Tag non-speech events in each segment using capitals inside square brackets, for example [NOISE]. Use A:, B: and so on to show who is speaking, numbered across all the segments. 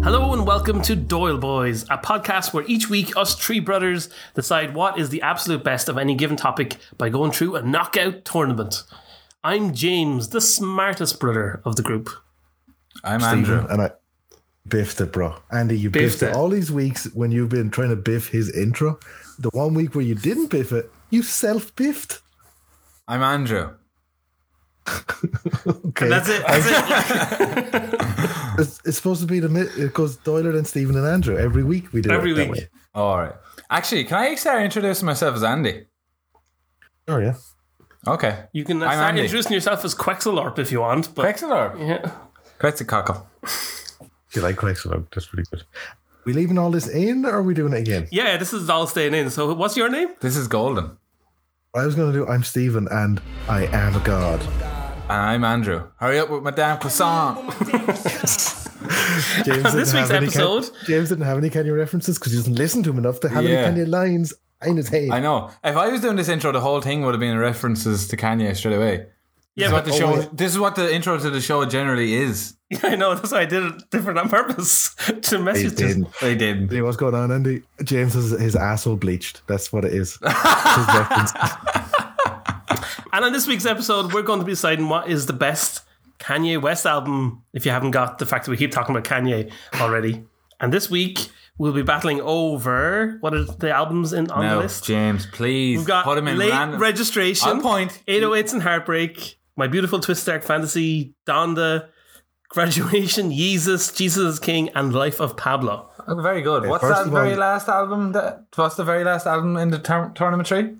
A: welcome to Doyle Boys, a podcast where each week us three brothers decide what is the absolute best of any given topic by going through a knockout tournament. I'm James, the smartest brother of the group.
B: I'm
C: Stephen,
B: Andrew.
C: and I biffed it, bro. Andy, you biffed,
A: Biffed
C: it.
A: it.
C: All these weeks when you've been trying to biff his intro, the one week where you didn't biff it, you self biffed.
B: I'm Andrew.
C: Okay,
A: That's it. That's it. Oh.
C: It's, it's supposed to be the mi- it goes Doyler and Stephen and Andrew every week. We do
A: Every
C: it that
A: week.
C: Way.
B: All right. Actually, can I start introducing myself as Andy?
C: Sure, Oh, yeah.
B: Okay.
A: You can uh,
B: I'm
A: start
B: Andy.
A: introducing yourself as Quexelorp if you want, but
B: Quetzalcoatl.
A: yeah.
B: Quetzalcoatl.
C: You like Quexelog? That's pretty good. We leaving all this in, or are we doing it again?
A: yeah, this is all staying in. So, what's your name? [LAUGHS]
B: This is Golden.
C: I was going to do. I'm Stephen, and I am a
A: [LAUGHS]
C: god.
B: And I'm Andrew. Hurry up with my damn croissant.
C: James didn't
A: this week's
C: have any
A: episode-
C: Ken- James didn't have any Kenya references because he doesn't listen to him enough to have
B: Yeah.
C: any Kenya lines in his head.
B: I know. If I was doing this intro, the whole thing would have been references to Kanye straight away.
A: Yeah,
B: This is what
A: but,
B: the show.
C: wait.
B: This is what the intro to the show generally is.
A: I know that's why I did it different on purpose [LAUGHS] to
C: He
A: message us.
C: didn't.
B: They did.
C: Hey, what's going on, Andy? James has his asshole bleached. That's what it is. His reference.
A: And on this week's episode, we're going to be deciding what is the best Kanye West album, if you haven't got the fact that we keep talking about Kanye already. And this week, we'll be battling over what are the albums in on the
B: No,
A: list?
B: James, please
A: We've got
B: put him in
A: Late
B: random.
A: Registration,
B: I'll point.
A: 808s and Heartbreak, My Beautiful Twist Dark Fantasy, Donda, Graduation, Yeezus, Jesus is King, and Life of Pablo.
B: Oh, very good. What's
C: first
B: that
C: of
B: very
C: all-
B: last album? That what's the very last album in the tour- tournament tree?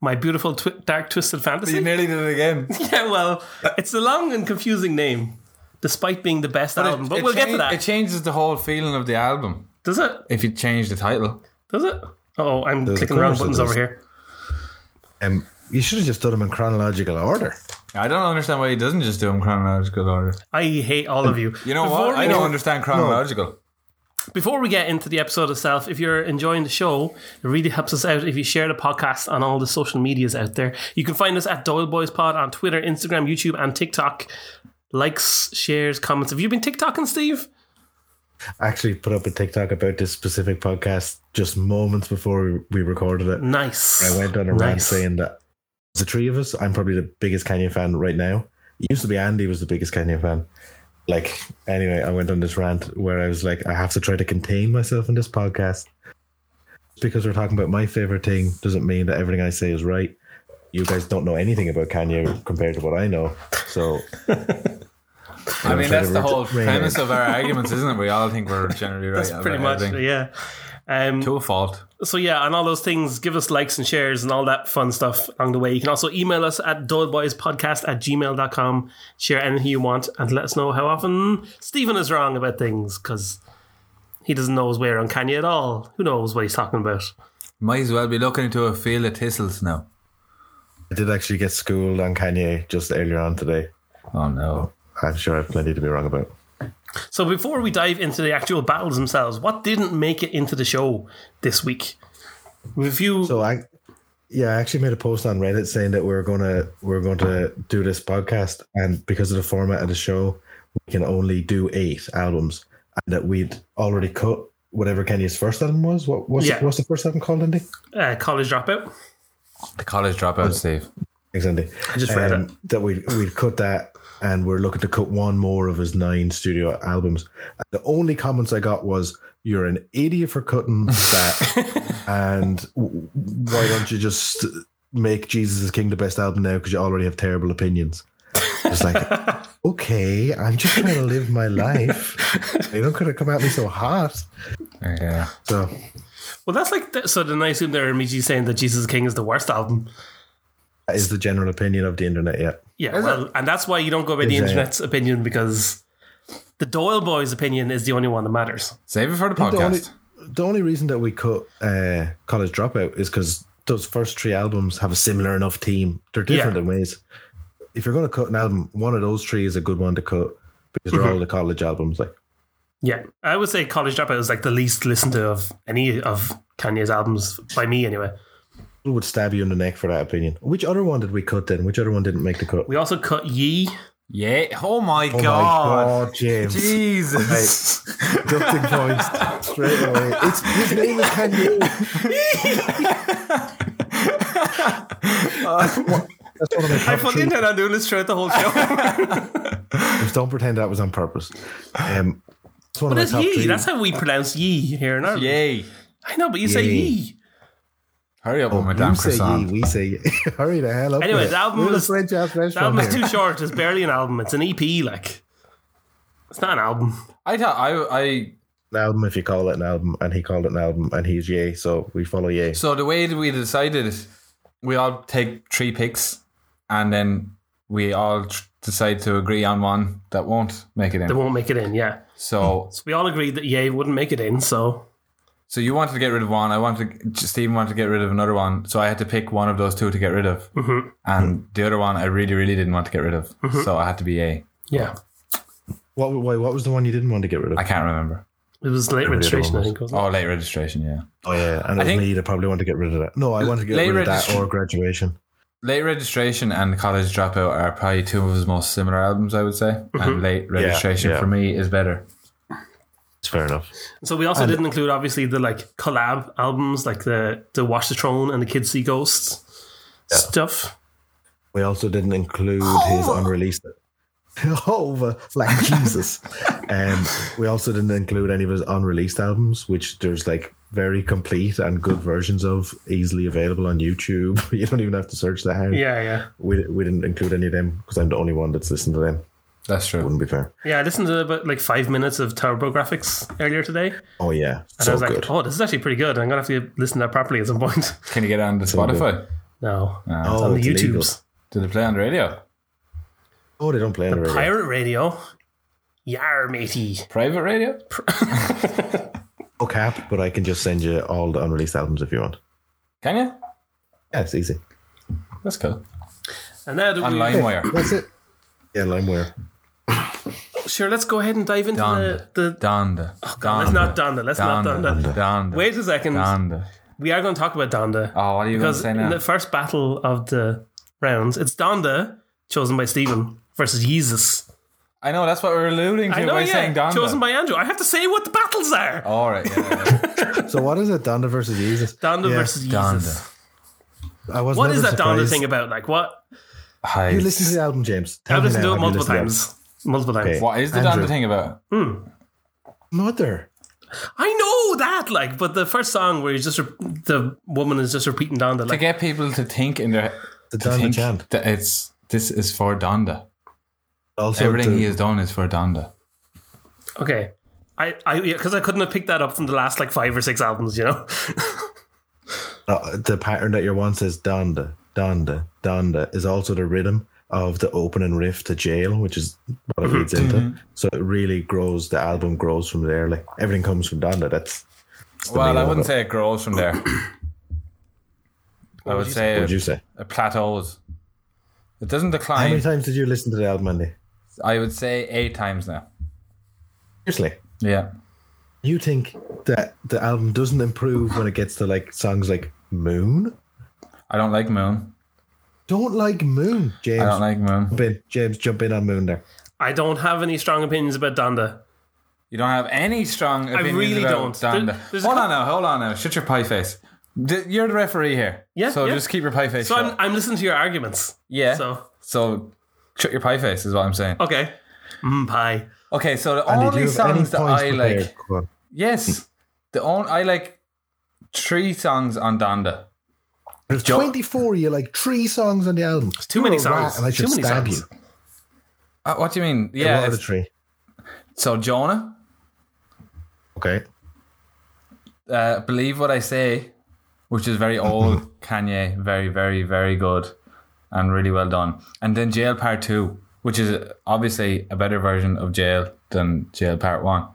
A: My Beautiful Twi- Dark Twisted Fantasy?
B: You nearly did it again.
A: [LAUGHS] Yeah, well, it's a long and confusing name, despite being the best album. but
B: It
A: we'll get to
B: change-
A: that.
B: It changes the whole feeling of the album
A: Does it?
B: if you change the title.
A: Does it? Oh, I'm
C: There's a
A: clicking the wrong
C: chorus
A: buttons
C: that does.
A: over here.
C: Um, you should have just done them in chronological order.
B: I don't understand why he doesn't just do them chronological order.
A: I hate all of you.
B: You know
A: Before
B: what? I
A: we-
B: don't understand chronological.
A: Before we get into the episode itself, if you're enjoying the show, it really helps us out if you share the podcast on all the social medias out there. You can find us at Doyle Boys Pod on Twitter, Instagram, YouTube, and TikTok. Likes, shares, comments. Have you been TikToking, Steve?
C: I actually put up a TikTok about this specific podcast just moments before we- we recorded it.
A: Nice.
C: I went on a rant
A: Nice.
C: saying that the three of us, I'm probably the biggest Kanye fan right now. It used to be Andy was the biggest Kanye fan. Like, anyway, I went on this rant where I was like, I have to try to contain myself in this podcast. Because we're talking about my favorite thing doesn't mean that everything I say is right. You guys don't know anything about Kanye compared to what I know. So,
B: I mean,
C: try
B: that's
C: to
B: the
C: re-
B: whole
C: rein it
B: premise
C: in.
B: of our arguments, isn't it? We all think we're generally right.
A: That's pretty
B: about
A: much,
B: everything.
A: yeah. Um,
B: to a fault.
A: So yeah, on all those things, give us likes and shares and all that fun stuff along the way. You can also email us at dollboyspodcast at gmail.com. Share anything you want and let us know how often Stephen is wrong about things because he doesn't know his way around Kanye at all. Who knows what he's talking about?
B: Might as well be looking into a field of thistles now.
C: I did actually get schooled on Kanye just earlier on today.
B: Oh no!
C: I'm sure I have plenty to be wrong about.
A: So before we dive into the actual battles themselves, what didn't make it into the show this week? We've few
C: So I, yeah, I actually made a post on Reddit saying that we're gonna we're going to do this podcast, and because of the format of the show, we can only do eight albums, and that we'd already cut whatever Kenya's first album was. What was
A: Yeah.
C: what's the first album called, Andy?
A: uh, college dropout.
B: The college dropout, Steve.
C: Thanks, Andy.
A: I just read it.
C: Um, That we we'd cut that, and we're looking to cut one more of his nine studio albums. And the only comments I got was, "You're an idiot for cutting
A: [LAUGHS]
C: that," and w- why don't you just make Jesus is King the best album now because you already have terrible opinions.
A: [LAUGHS]
C: It's like, okay, I'm just trying to live my life. You don't gotta come at me so hot.
B: Yeah.
C: So
A: Well, that's like the, so. Then I assume there, Miji's saying that Jesus is King is the worst album.
C: that is the general opinion of the internet. Yeah.
A: Yeah, well, and that's why you don't go by the
C: Is, uh,
A: internet's opinion because the Doyle boys' opinion is the only one that matters.
B: Save it for the
C: the only,
B: podcast.
C: the only reason that we cut uh, College Dropout is because those first three albums have a similar enough theme. They're different
A: Yeah.
C: in ways. If you're going to cut an album, one of those three is a good one to cut because they're all the college albums. Like,
A: Yeah, I would say College Dropout is like the least listened to of any of Kanye's albums by me, anyway.
C: people would stab you in the neck for that opinion. Which other one did we cut then? Which other one didn't make the cut?
A: We also cut Ye,
B: Yeah. Oh my
C: Oh my
B: god.
C: god, James.
B: Jesus.
C: Ducting points straight away. It's his name is Kanye. [LAUGHS] That's one of my
A: I
C: top
A: fucking
C: three.
A: intend on doing this throughout the whole show.
C: Just don't pretend that was on [SIGHS] purpose. Um, that's one
A: but
C: of
A: it's
C: my top
A: ye.
C: three.
A: That's how we pronounce ye here in Ireland.
B: Yay.
A: I know, but you say
C: Ye.
A: ye.
B: Hurry up with my
C: Oh, You
B: damn
C: say ye,
B: croissant.
C: we say ye. [LAUGHS] Hurry the hell up.
A: Anyway,
C: with it.
A: the album
C: We're in a
A: was-
C: French ass
A: The album
C: restaurant
A: is
C: here.
A: too short. It's barely an album. It's an EP. Like, it's not an album.
B: I thought I I
C: An album, if you call it an album, and he called it an album, and he's yay, so we follow yay.
B: so the way that we decided we all take three picks and then we all tr- decide to agree on one that won't make it
A: They
B: in.
A: won't make it in. Yeah.
B: So
A: So we all agreed that ye wouldn't make it in. So
B: so you wanted to get rid of one, I wanted to, Stephen wanted to get rid of another one, so I had to pick one of those two to get rid of.
A: Mhm.
B: And the other one I really really didn't want to get rid of. So I had to be A.
A: yeah,
C: What, wait, what was the one you didn't want to get rid of?
B: I can't remember.
A: it was late
C: Everybody
A: registration. I
C: almost-
A: think wasn't
B: Oh, late registration, yeah.
C: Oh yeah, and it was
B: think-
C: me that probably want to get rid of that. No, I want to get
B: Late
C: rid of that
B: registration-
C: or graduation.
B: Late Registration and College Dropout are probably two of his most similar albums, I would say. And Late Registration
C: yeah.
B: for me is better.
C: It's fair enough.
A: it? So we also didn't include obviously the like collab albums like the the Watch the Throne and the Kids See Ghosts stuff.
C: We also didn't include his
A: Oh.
C: unreleased. [LAUGHS] Over like
A: [LAUGHS]
C: Jesus. um, we also didn't include any of his unreleased albums, which there's like very complete and good versions of, easily available on YouTube. [LAUGHS] You don't even have to search that out.
A: Yeah, yeah,
C: We, we didn't include any of them because I'm the only one that's listened to them.
B: That's true.
C: Wouldn't be fair.
A: yeah. I listened to about like five minutes of TurboGrafx earlier today, and
C: Oh yeah,
A: I
C: so
A: was like,
C: good.
A: "Oh, this is actually pretty good." I'm gonna have to listen to that properly at some point. [LAUGHS]
B: Can you get it on the Spotify?
A: No,
B: Uh,
C: Oh,
A: on the
C: it's
A: YouTubes,
C: illegal.
B: Did it play on the radio?
C: Oh, they don't play on the radio.
A: pirate radio. Yar, matey.
B: Private radio?
C: No cap, but I can just send you all the unreleased albums if you want.
B: Can you?
C: Yeah, it's easy.
B: That's cool.
A: And now that
B: On
A: we-
B: LimeWire.
C: That's it. Yeah, LimeWire.
A: Sure, let's go ahead and dive into
B: Donda.
A: the. the
B: Donda.
A: let's Oh, not Donda. Let's not Donda.
B: Donda. Donda.
A: Wait a second.
B: Donda.
A: We are going to talk about Donda.
B: Oh, what are you going to
A: because
B: say
A: in
B: now?
A: the first battle of the rounds, it's Donda chosen by Stephen versus Jesus.
B: I know, that's what we're alluding to
A: I know,
B: by
A: yeah,
B: saying Donda.
A: chosen by Andrew. I have to say what the battles are.
B: all right. yeah, yeah, yeah.
C: So what is it, Donda versus Jesus?
A: Donda
C: Yeah.
A: versus [LAUGHS] Jesus.
B: Donda.
C: I was
A: What
C: never
A: is that Donda
C: surprised.
A: thing about? Like what?
B: Hi.
C: You listened to the album, James. Tell
A: I've
C: me
A: listened
C: now,
A: to it
C: have you
A: multiple
C: listened to
A: times. Multiple times.
C: Okay.
B: What is the
C: Andrew.
B: Donda thing about?
C: it? Mother.
A: I know that, like, but the first song where he's just re- the woman is just repeating Donda,
B: To
A: like,
B: get people to think in their
C: The
B: to
C: Donda
B: think
C: chant.
B: that it's this is for Donda.
C: Also,
B: Everything
C: the-
B: he has done is for Donda.
A: okay, I, I, because I couldn't have picked that up from the last like five or six albums, you know. [LAUGHS]
C: uh, the pattern that you're one says Donda, Donda, Donda is also the rhythm of the opening riff to Jail, which is what
A: Mm-hmm.
C: it leads
B: Mm-hmm.
C: into. So it really grows. The album grows from there. Like everything comes from Donda. That's
B: Well,
C: meaning
B: I
C: of
B: wouldn't
C: it.
B: say it grows from
C: [COUGHS]
B: there. I would say,
C: what would you
B: it,
C: say?
B: it plateaus. It doesn't
C: How many
B: decline.
C: times did you listen to the album, Andy?
B: I would say eight times now.
C: Seriously.
B: Yeah.
C: You think that the album doesn't improve when it gets to like songs like Moon?
B: I don't like Moon.
C: Don't like Moon, James.
B: I don't like Moon.
C: Jump in, James. Jump in on Moon there.
A: I don't have any strong opinions about Donda.
B: You don't have any strong opinions
A: really
B: about
A: don't. There-
B: Donda.
A: there's a
B: hold
A: cou-
B: on now, hold on now. Shut your pie face. D- you're the referee here.
A: Yeah,
B: So
A: yeah.
B: just keep your pie face
A: So
B: shut.
A: I'm, I'm listening to your arguments.
B: yeah.
A: So
B: so shut your pie face is what I'm saying.
A: okay, mm, pie.
B: Okay, so the
C: Andy, do
B: only
C: you have any
B: songs that
C: points
B: I
C: prepared?
B: like
C: Go on.
B: Yes. The only I like three songs on Donda.
C: There's
B: Jo-
C: 24. You like three songs on the album. It's
A: too many songs.
C: and I should
A: Too many
C: stab
A: songs.
C: you.
B: Uh, what do you mean?
C: Yeah,
B: Yeah.
C: what are the
B: it's-
C: three?
B: So Jonah,
C: Okay.
B: uh, believe what I say, which is very old Kanye, very very very good, and really well done. And then Jail Part Two, which is obviously a better version of Jail than Jail Part One.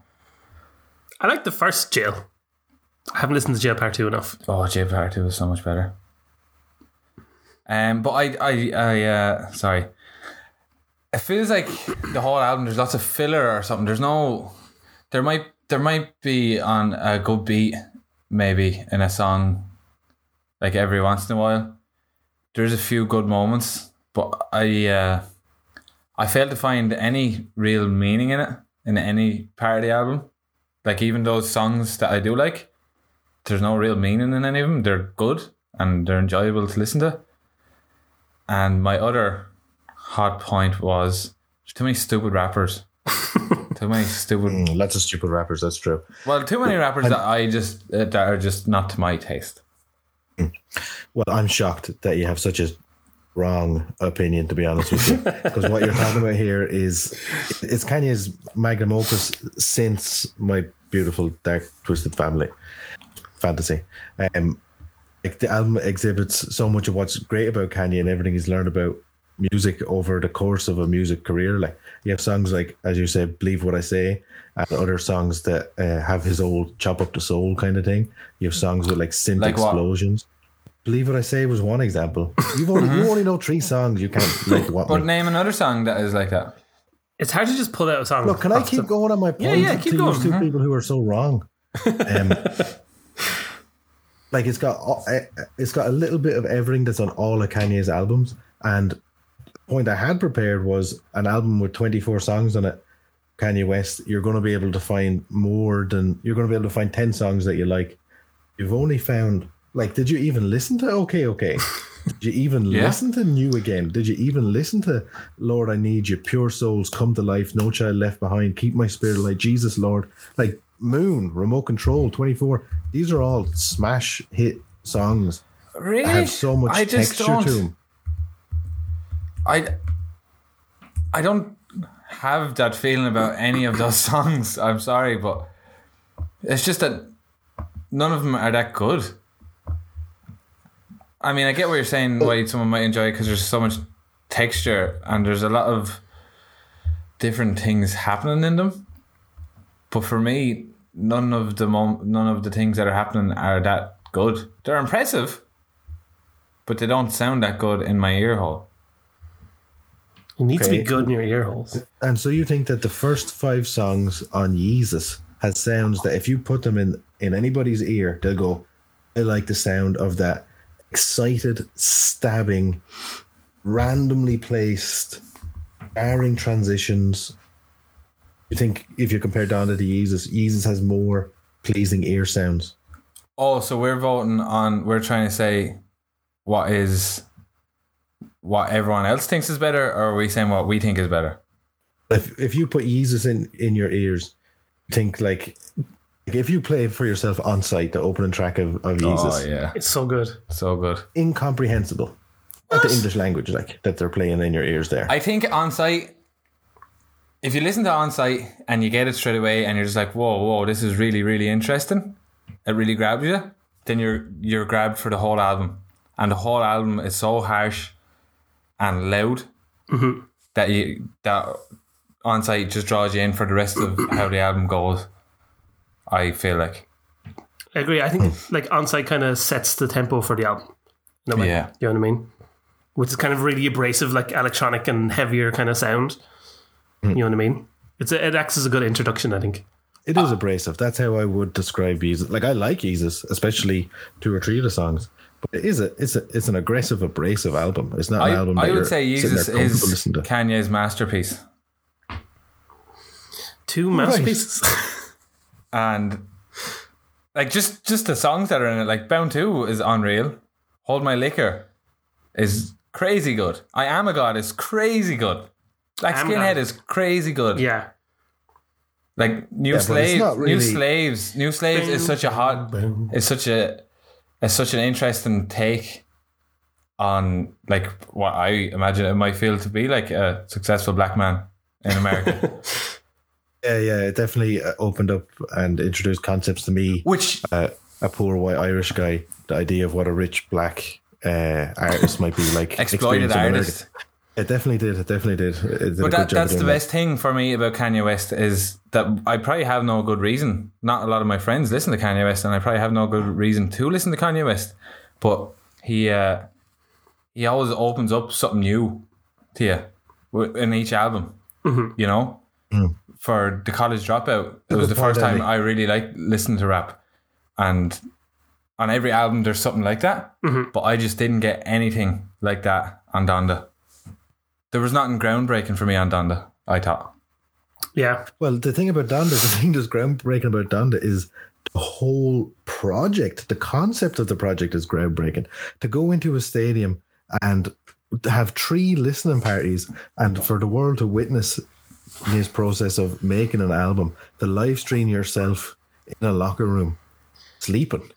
A: I like the first Jail. I haven't listened to Jail Part Two enough.
B: Oh, Jail Part Two is so much better. Um, but I, I, I, uh, sorry. It feels like the whole album. There's lots of filler or something. There's no. There might there might be on a good beat, maybe in a song, like every once in a while. There's a few good moments, but I, uh, I failed to find any real meaning in it in any part of the album. Like even those songs that I do like, there's no real meaning in any of them. They're good and they're enjoyable to listen to. And my other hot point was there's too many stupid
C: [LAUGHS]
B: rappers. too many stupid.
C: Mm, lots of stupid rappers. That's true.
B: Well, too many rappers that I just uh, that are just not to my taste.
C: Well, I'm shocked that you have such a wrong opinion, to be honest
B: [LAUGHS]
C: with you, because what you're talking about here is it's Kanye's magnum opus since my beautiful dark twisted family fantasy. Um, like the album exhibits so much of what's great about Kanye and everything he's learned about music over the course of a music career. Like you have songs like, as you say, "Believe What I Say," and other songs that uh, have his old "Chop Up the Soul" kind of thing. You have songs with like synth
B: Like what?
C: explosions. Believe what I say was one example. You've only
A: Uh-huh.
C: you only know three songs.
A: [LAUGHS]
C: You can't like what.
B: But
C: one.
B: name another song that is like that.
A: It's hard to just pull out a song.
C: Look, can I
A: off
C: keep
A: the-
C: going on my point?
A: Yeah, yeah, keep
C: to
A: going.
C: These two
A: Mhm.
C: people who are so wrong.
A: [LAUGHS]
C: Um, like it's got all- eh, eh, it's got a little bit of everything that's on all of Kanye's albums. And the point I had prepared was an album with 24 songs on it. Kanye West, you're going to be able to find more than you're going to be able to find 10 songs that you like. You've only found like, did you even listen to OK
B: [LAUGHS]
C: OK? Did you even
B: Yeah.
C: listen to New Again? Did you even listen to Lord I Need You, Pure Souls, Come to Life, No Child Left Behind, Keep My Spirit Alive, Jesus Lord, like Moon, Remote Control, 24? These are all smash hit songs
B: Really?
C: that have so much
B: I just
C: texture
B: don't.
C: to them.
B: I I don't have that feeling about any of those [LAUGHS] songs. I'm sorry, but it's just that none of them are that good. I mean, I get what you're saying. Why someone might enjoy it because there's so much texture and there's a lot of different things happening in them. But for me, none of the mom- none of the things that are happening are that good. They're impressive, but they don't sound that good in my ear hole.
A: It needs to be
C: Okay.
A: good in your ear holes.
C: And so you think that the first five songs on Jesus has sounds that if you put them in in anybody's ear, they'll go, "I like the sound of that excited, stabbing, randomly placed, jarring transitions." You think if you compare Donna to Jesus, Jesus has more pleasing ear sounds.
B: Oh, so we're voting on. We're trying to say what is what everyone else thinks is better, or are we saying what we think is better?
C: if if you put Jesus in in your ears, think like. like If you play for yourself on site the opening track of, of
B: Oh
C: Jesus,
B: yeah,
A: It's so good.
B: so good.
C: incomprehensible. Not the English language, like that they're playing in your ears there.
B: I think on site. If you listen to on site and you get it straight away, and you're just like, "Whoa, whoa, this is really, really interesting," it really grabs you. Then you're you're grabbed for the whole album, and the whole album is so harsh and loud
C: Mm-hmm.
B: that you that on site just draws you in for the rest
C: [CLEARS THROAT]
B: of how the album goes. I feel like
A: I agree. I think like onsite kind of sets the tempo for the album. No way.
B: Yeah.
A: You know what I mean? Which is kind of really abrasive, like electronic and heavier kind of sound. You know what I mean? It's a, it acts as a good introduction, I think.
C: It is abrasive. That's how I would describe Jesus. Like I like Jesus, especially two or three of the songs. But it is a it's a it's an aggressive, abrasive album. It's not
B: I,
C: an album. That
B: I
C: you're
B: would say
C: sitting
B: Jesus
C: there comfortable
B: is
C: listening to.
B: Kanye's masterpiece,
A: Two masterpieces. [LAUGHS]
B: and like just just the songs that are in it, like Bound Two is unreal. Hold My Liquor is crazy good. I Am a God is crazy good. Like
A: Am
B: Skinhead
A: God.
B: is crazy good.
A: yeah.
B: Like New
C: it's not
B: Slaves, New
C: really-
B: Slaves, New Slaves is such a hot, is such a, is such an interesting take on like what I imagine it might feel to be like a successful black man in
C: [LAUGHS]
B: America,
C: Yeah, yeah. It definitely uh, opened up and introduced concepts to me,
B: which
C: uh, a poor white Irish guy. The idea of what a rich black uh, artist might be like.
B: [LAUGHS] exploited
C: experiencing in America.
B: artist.
C: It definitely did. It definitely did. It did a
B: But that,
C: good job of
B: that's the
C: doing that.
B: best thing for me about Kanye West is that I probably have no good reason. Not a lot of my friends listen to Kanye West, and I probably have no good reason to listen to Kanye West. But he uh, he always opens up something new to you wi- in each album. You know, for the college dropout, it was the
C: good point,
B: first time
C: Andy.
B: I really liked listening to rap, and on every album there's something like that. But I just didn't get anything like that on Donda. There was nothing groundbreaking for me on Donda, I thought.
A: Yeah.
C: Well, the thing about Donda, the thing that's groundbreaking about Donda is the whole project, the concept of the project is groundbreaking. To go into a stadium and have three listening parties and for the world to witness this process of making an album, the live stream yourself in a locker room, sleeping.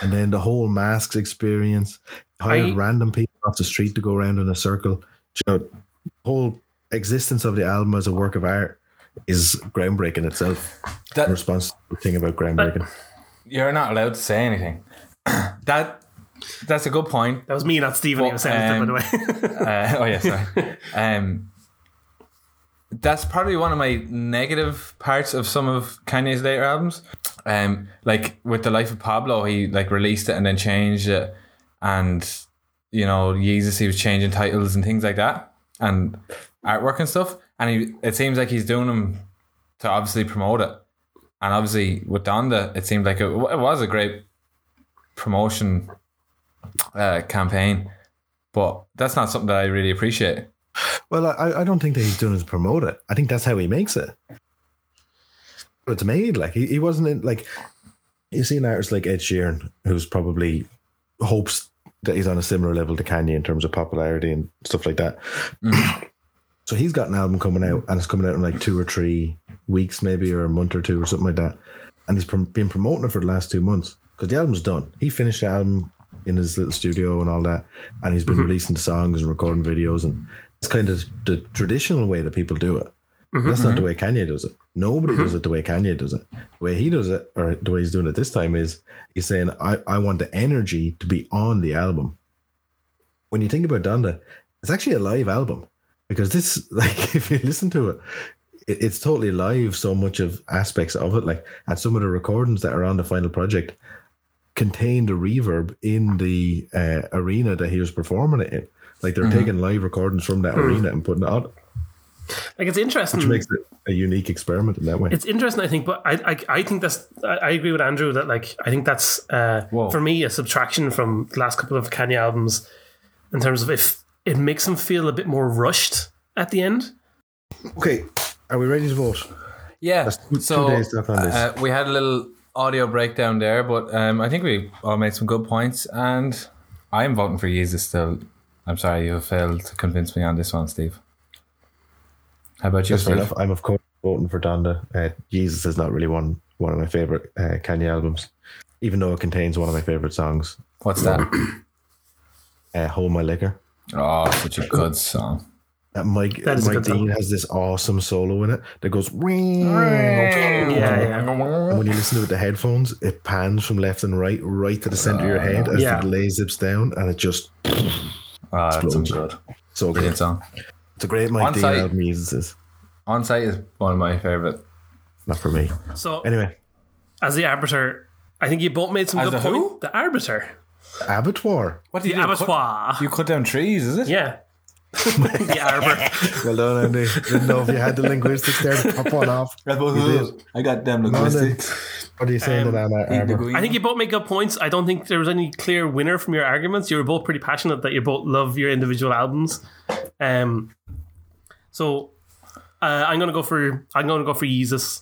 C: And then the whole masks experience, hired
A: I-
C: random people off the street to go around in a circle. You know, the whole existence of the album as a work of art is groundbreaking itself.
B: That-
C: in response to the thing about groundbreaking.
B: You're not allowed to say anything. [CLEARS THROAT] that that's a good point.
A: That was me, not Stephen. who
B: Well,
A: was saying
B: um,
A: that, by the way. [LAUGHS]
B: uh, oh yeah, sorry. um, that's probably one of my negative parts of some of Kanye's later albums. Um, like with the Life of Pablo, he like released it and then changed it, and you know Yeezus, he was changing titles and things like that, and artwork and stuff. And he, it seems like he's doing them to obviously promote it. And obviously with Donda, it seemed like it, it was a great promotion uh, campaign but that's not something that I really appreciate.
C: Well, I, I don't think that he's doing it to promote it. I think that's how he makes it. But it's made like he, he wasn't in like you see an artist like Ed Sheeran who's probably hopes that he's on a similar level to Kanye in terms of popularity and stuff like that. so he's got an album coming out and it's coming out in like two or three weeks, maybe or a month or two or something like that. And he's prom- been promoting it for the last two months because the album's done. He finished the album in his little studio and all that, and he's been releasing songs and recording videos, and it's kind of the traditional way that people do it. That's not the way Kanye does it. Nobody does it the way Kanye does it. The way he does it, or the way he's doing it this time, is he's saying, I, I want the energy to be on the album. When you think about Donda, it's actually a live album because this, [LAUGHS] like, if you listen to it, it, it's totally live. So much of aspects of it, like, and some of the recordings that are on the final project contain the reverb in the uh, arena that he was performing it in. Like, they're taking live recordings from that arena and putting it on,
A: like it's interesting.
C: which makes it a unique experiment in that way.
A: It's interesting, I think, but I, I, I think that's I, I agree with Andrew that like I think that's uh,
B: Whoa.
A: for me a subtraction from the last couple of Kanye albums in terms of if it makes them feel a bit more rushed at the end.
C: Okay, are we ready to vote?
B: Yeah.
C: two
B: So
C: days left on this.
B: uh, we had a little audio breakdown there, but um, I think we all made some good points, and I am voting for Yeezus still. I'm sorry you have failed to convince me on this one, Steve. How about you,
C: That's
B: Steve?
C: fair enough. I'm of course voting for Donda. Uh, Jesus is not really one one of my favorite uh, Kanye albums, even though it contains one of my favorite songs,
B: What's that?
C: uh, "Hold My Liquor."
B: Oh, such a good song.
C: That Mike
A: That is a
C: Mike
A: good song.
C: Dean has this awesome solo in it that goes. "Wing."
B: Ah,
A: Yeah,
C: And when you listen to it with the headphones, it pans from left and right, right to the center of your head as
A: Yeah.
C: the delay zips down, and it just
B: Ah, that's some
C: Explodes.
B: good.
C: so
B: Brilliant
C: good.
B: song.
C: It's a great Mike
B: On
C: Dean
B: site.
C: album. Jesus is
B: On site is one of my favorite.
C: not for me.
A: So
C: Anyway,
A: as the arbiter, I think you both made some
B: As
A: good
B: the who?
A: point. The arbiter,
C: Abattoir.
B: What do
A: the abattoir,
B: You cut down trees, is it?
A: yeah, [LAUGHS] the arbiter.
C: Well done, Andy. Didn't know if you had the linguistics there to pop
B: [LAUGHS]
C: one off.
B: I got them
C: What are you saying
B: Um,
C: to that, Arbor?
A: I think you both make good points. I don't think there was any clear winner from your arguments. You were both pretty passionate that you both love your individual albums. Um, so uh, I'm gonna go for I'm gonna go for Yeezus,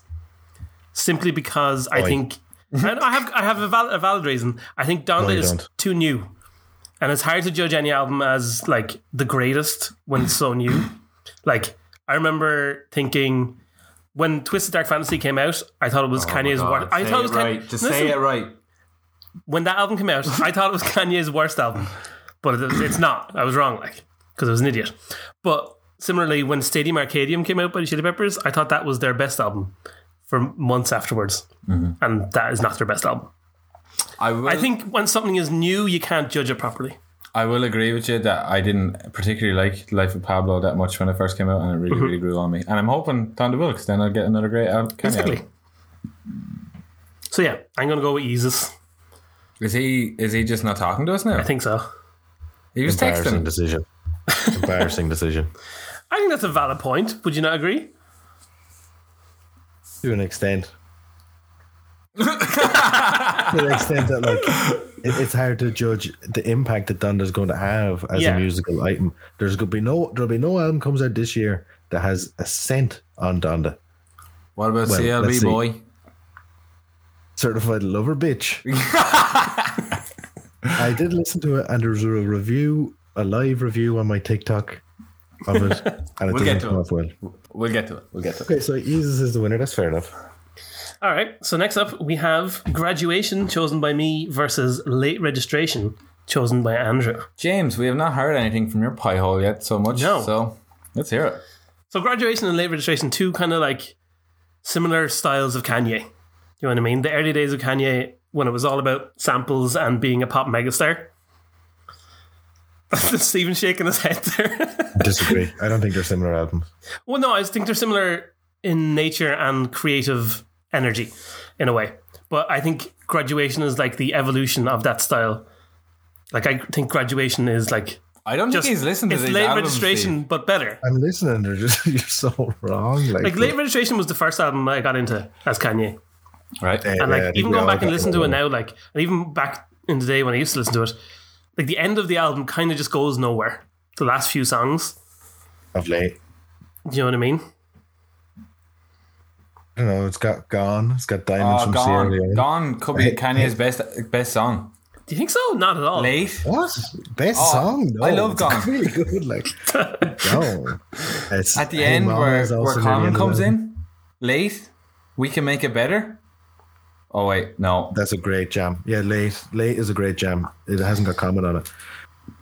A: simply because I
C: Oi.
A: think I, I have I have a valid, a valid reason. I think Donda
C: you
A: is
C: don't.
A: too new, and it's hard to judge any album as like the greatest when it's so new. Like I remember thinking. When Twisted Dark Fantasy came out, I thought it was Kanye's worst. I thought Oh, it was Kanye- Listen,
B: right.
A: when that album came out, I thought it was Kanye's worst album, but it, it's not. I was wrong, like, because I was an idiot. But similarly, when Stadium Arcadium came out by the Chili Peppers, I thought that was their best album for months afterwards, and that is not their best album.
B: I, will,
A: I think when something is new, you can't judge it properly.
B: I will agree with you that I didn't particularly like Life of Pablo that much when it first came out, and it really,
A: Mm-hmm.
B: really grew on me. And I'm hoping Donda will, because then I'll get another great album.
A: Exactly. So yeah, I'm gonna go with Yeezus.
B: Is he is he just not talking to us now?
A: I think so.
B: he was
C: Embarrassing
B: texting.
C: decision. Embarrassing decision.
A: I think that's a valid point. Would you not agree?
C: To an extent. to the extent that like it, it's hard to judge the impact that Donda's going to have as
A: Yeah.
C: a musical item. There's going to be no there'll be no album comes out this year that has a cent on Donda.
B: What about
C: Well, let's
B: CLB
C: see.
B: boy?
C: Certified lover [LAUGHS] bitch. I did listen to it, and there was a review, a live review on my TikTok of it, and it
B: We'll get
C: doesn't
B: to
C: come
B: it.
C: up well.
B: We'll get to it. We'll get to it.
C: Okay, so Jesus is the winner. That's fair enough.
A: All right. So next up, we have graduation chosen by me versus late registration chosen by Andrew.
B: James, we have not heard anything from your pie hole yet so much.
A: No.
B: So let's hear it.
A: So graduation and late registration, two kind of like similar styles of Kanye. You know what I mean? The early days of Kanye when it was all about samples and being a pop megastar. [LAUGHS] Steven shaking his head there. [LAUGHS]
C: Disagree. I don't think they're similar albums.
A: well, no, I just think they're similar in nature and creative energy in a way. But I think graduation is like the evolution of that style. Like I think graduation is like
B: I don't
A: just
B: think he's listened to
A: it's
B: these
A: late
B: albums,
A: registration
B: Steve.
A: but better.
C: I'm listening. They're just [LAUGHS] you're so wrong. Like,
A: Like late registration was the first album I got into as Kanye.
B: Right.
C: Yeah,
A: And
C: yeah, I
A: like
C: think
A: even
C: we
A: going
C: all
A: back and
C: got
A: listening to it
C: wrong.
A: now, like and even back in the day when I used to listen to it, like the end of the album kind of just goes nowhere. The last few songs,
C: of late.
A: do you know what I mean?
C: I don't know. It's got gone. It's got diamonds
B: Oh,
C: from Sierra
B: Gone.
C: Leone.
B: Gone could be Kanye's best best song.
A: Do you think so? Not at all.
B: Late.
C: What best song? No,
B: Ah, I love
C: it's
B: Gone.
C: Really
A: [LAUGHS]
C: good. Like gone. It's,
B: At the
C: Hey
B: end
C: Mama
B: where,
C: is
B: where
C: also near the
B: Colin
C: end of
B: comes
C: it.
B: in. Late. We can make it better. Oh wait, no.
C: That's a great jam. Yeah, late late is a great jam. It hasn't got comment on it.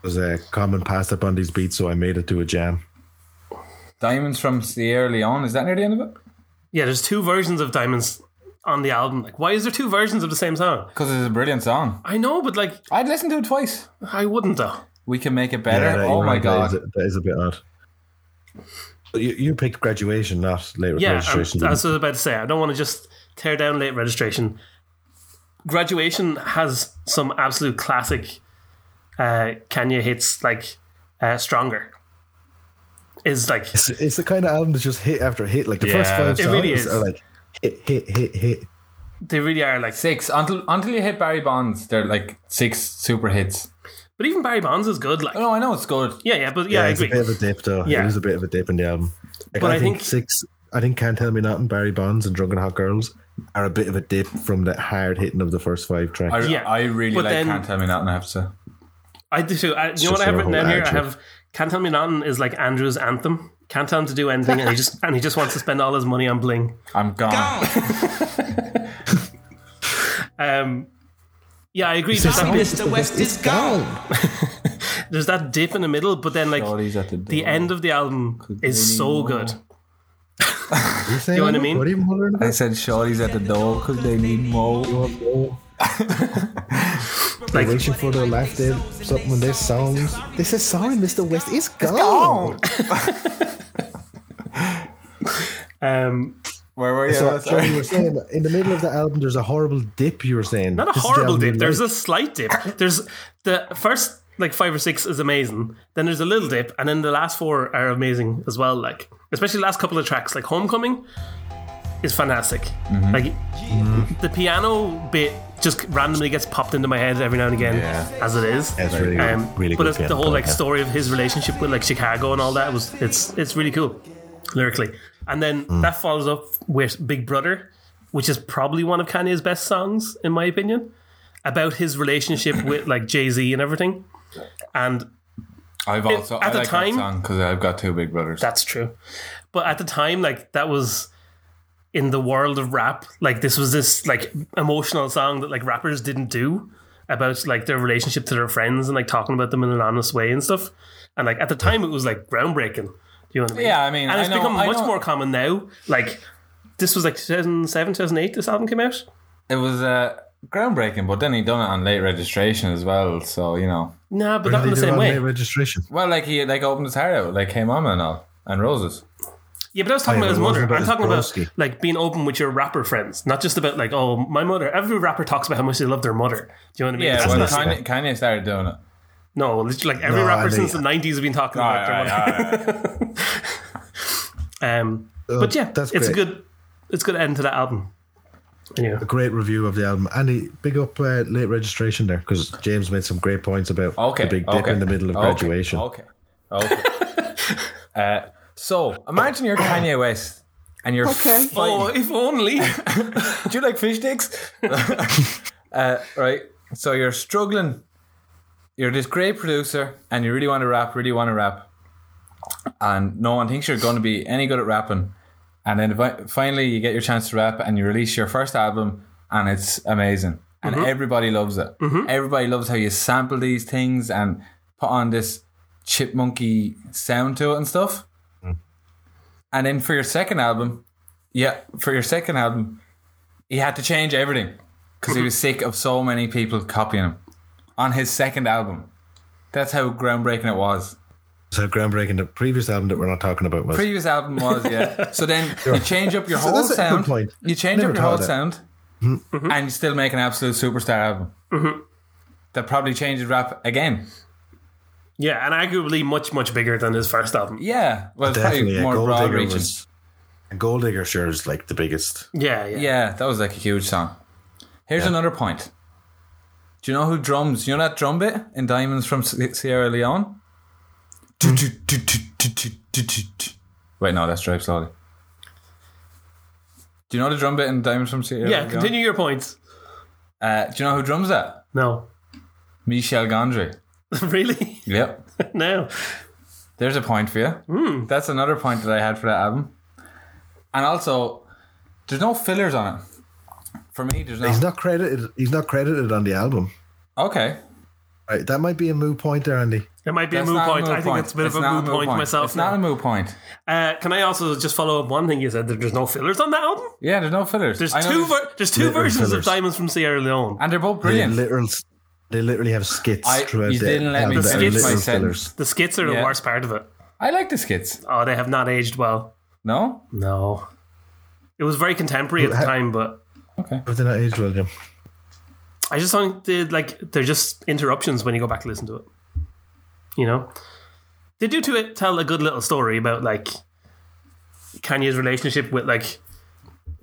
C: There's a comment passed up on these beats, so I made it to a jam.
B: Diamonds from Sierra Leone. Is that near the end of it?
A: Yeah, there's two versions of Diamonds on the album. Like, why is there two versions of the same song?
B: Because it's a brilliant song.
A: I know, but like,
B: I'd listen to it twice.
A: I wouldn't though.
B: We can make it better.
C: that-
B: oh
C: you're
B: my
C: right,
B: god.
C: that is, that is a bit odd. But You, you picked graduation, not late
A: Yeah, um, I'm, that's
C: registration.
A: what I was about to say. I don't want to just tear down late registration. Graduation has some absolute classic uh, Kanye hits, like uh, "Stronger." Is like
C: it's, it's the kind of album that's just hit after hit. Like the first
B: Yeah,
C: five
A: it
C: songs
A: really is.
C: are like hit, hit, hit, hit.
A: they really are like.
B: Six until until you hit Barry Bonds, they're like six super hits.
A: But even Barry Bonds is good. Like,
B: No, I know it's good.
A: yeah, yeah, but yeah, I
C: it's a
A: agree.
C: bit of a dip, though.
A: Yeah.
C: It is a bit of a dip in the album. Like,
A: But
C: I,
A: I
C: think,
A: think-
C: six. I think "Can't Tell Me Nothing," Barry Bonds, and "Drunken Hot Girls" are a bit of a dip from the hard hitting of the first five tracks.
B: I,
A: Yeah.
B: I really
A: But
B: like
A: then-
B: Can't Tell Me Nothing, I have to say.
A: I do too. I, you know what I
C: just
A: have
C: their
A: written down
C: whole
A: here? I
C: attitude.
A: have "Can't Tell Me Nothing" is like Andrew's anthem. Can't tell him to do anything, and he just and he just wants to spend all his money on bling.
B: I'm gone.
A: Um, yeah, I agree. There's that,
D: Mr. West is gone.
A: there's that dip in the middle, but then like
B: Shorty's at the,
A: the
B: door.
A: end of the album is
B: be
A: so
B: more.
A: good.
C: you, saying,
A: know what I mean?
C: What are you muttering
B: I
C: about?
B: said Shorty's at the door because they need more.
A: Like,
C: Wishing for the last day, something in their songs. They said, "Sorry, Mr. West is gone."
A: um,
B: Where were you?
C: So, so
B: Sorry.
C: you were saying in the middle of the album, there's a horrible dip. You were saying
A: not a horrible dip. There's a slight dip. There's the first like five or six is amazing. Then there's a little dip, and then the last four are amazing as well. Like, especially the last couple of tracks, like "Homecoming," is fantastic. Like, the piano bit just randomly gets popped into my head every now and again,
B: Yeah.
A: as it is.
C: That's really good.
A: Um,
C: Really
A: but
C: good
A: it's the
C: piano
A: whole like
C: player.
A: story of his relationship with like Chicago and all that was it's it's really cool lyrically. And then
C: Mm.
A: that follows up with Big Brother, which is probably one of Kanye's best songs in my opinion, about his relationship with like Jay Z and everything. And
B: I've also
A: at
B: I
A: the
B: like
A: time-
B: that song because I've got two big brothers.
A: that's true. But at the time, like that was in the world of rap, like this was this like emotional song that like rappers didn't do about like their relationship to their friends and like talking about them in an honest way and stuff. And like at the time, it was like groundbreaking. Do you know what I mean?
B: Yeah, I mean,
A: and
B: I
A: it's
B: know-
A: become
B: I
A: much
B: know-
A: more common now. Like this was like 2007, 2008. This album came out.
B: it was uh, groundbreaking, but then he done it on late registration as well. So you know,
A: Nah, but not in the same way.
C: Registration.
B: well, like he like opened his heart out, like came on and all, and roses.
A: Yeah, but I was talking about
C: Oh, yeah,
A: his
C: but it
A: mother.
C: wasn't about
A: I'm
C: his
A: talking
C: broski.
A: about like being open with your rapper friends, not just about like oh my mother. Every rapper talks about how much they love their mother. Do you know what I mean?
B: Yeah,
A: That's
B: well,
A: not-
B: Kanye, Kanye started doing it.
A: no, literally, like every
C: No, I
A: rapper
C: think-
A: since the '90s has been talking
B: All
A: about
B: right,
A: their
B: all
A: mother.
B: right, all right.
A: Um, but yeah,
C: that's
A: it's a
C: Oh, great.
A: good, it's a good end to that album. Anyway.
C: a great review of the album. Andy, big up uh, late registration there because James made some great points about
B: [LAUGHS] Okay.
C: the big dip
B: okay,
C: in the middle of
B: okay,
C: graduation.
B: Okay. Okay.
C: [LAUGHS]
B: uh, so imagine you're Kanye West and you're fighting-
A: Oh, if only. [LAUGHS]
B: Do you like fish sticks? uh, right. So you're struggling. You're this great producer, and you really want to rap, really want to rap, and no one thinks you're going to be any good at rapping. And then fi- finally, you get your chance to rap, and you release your first album, and it's amazing, and everybody loves it. Everybody loves how you sample these things and put on this chipmunky sound to it and stuff. And then for your second album, yeah, for your second album, he had to change everything because he was sick of so many people copying him on his second album. That's how groundbreaking it was.
C: So groundbreaking. The previous album that we're not talking about was
B: Previous album was yeah. So
C: [LAUGHS]
B: then you change up your whole
C: that's a good
B: sound.
C: point.
B: You change
C: Never
B: up your whole
C: thought of that.
B: sound, and you still make an absolute superstar album. That probably changes rap again.
A: yeah, and arguably much, much bigger than his first album.
B: Yeah, well, it's probably
C: definitely a
B: more
C: Gold
B: broad
C: Digger
B: reaching.
C: was. and Gold Digger sure is like the biggest.
A: Yeah, yeah.
B: Yeah, that was like a huge song. Here's another point. Do you know who drums? You know that drum bit in Diamonds from S- Sierra Leone? Wait, no, that's Drive Slowly. Do you know the drum bit in Diamonds from Sierra
A: Yeah,
B: Leone?
A: continue your points.
B: Uh, do you know who drums that?
A: No. [LAUGHS]
B: Michel Gondry.
A: really?
B: Yep.
A: no.
B: There's a point for you.
A: Hmm.
B: That's another point that I had for that album. And also, there's no fillers on it. For me, there's no.
C: He's not credited. He's not credited on the album.
B: okay.
C: Right, that might be a moot point there, Andy.
A: It might be
B: That's
A: a moot
B: not
A: point. I think it's a bit of a
B: not
A: moot point, myself
B: It's
A: now.
B: not a moot point.
A: uh, can I also just follow up one thing you said? That there's no fillers on that album?
B: Yeah, there's no fillers.
A: There's
B: I know
A: two, ver- there's two
C: Literal
A: versions of
C: fillers.
A: Diamonds from Sierra Leone.
B: and they're both
C: They
B: brilliant.
C: literal. They literally have skits
B: I-
C: throughout
B: you
C: the
B: didn't let me
C: album that are
A: finish my
C: literal
B: sentence.
C: fillers.
A: the skits are the
B: Yeah.
A: worst part of it.
B: I like the skits.
A: Oh, they have not aged well.
B: No,
A: No. It was very contemporary at the
C: Well, ha-
A: time, but
B: okay.
C: But they're not aged well, Jim.
A: I just think they like they're just interruptions when you go back to listen to it. You know, they do to it tell a good little story about like Kanye's relationship with like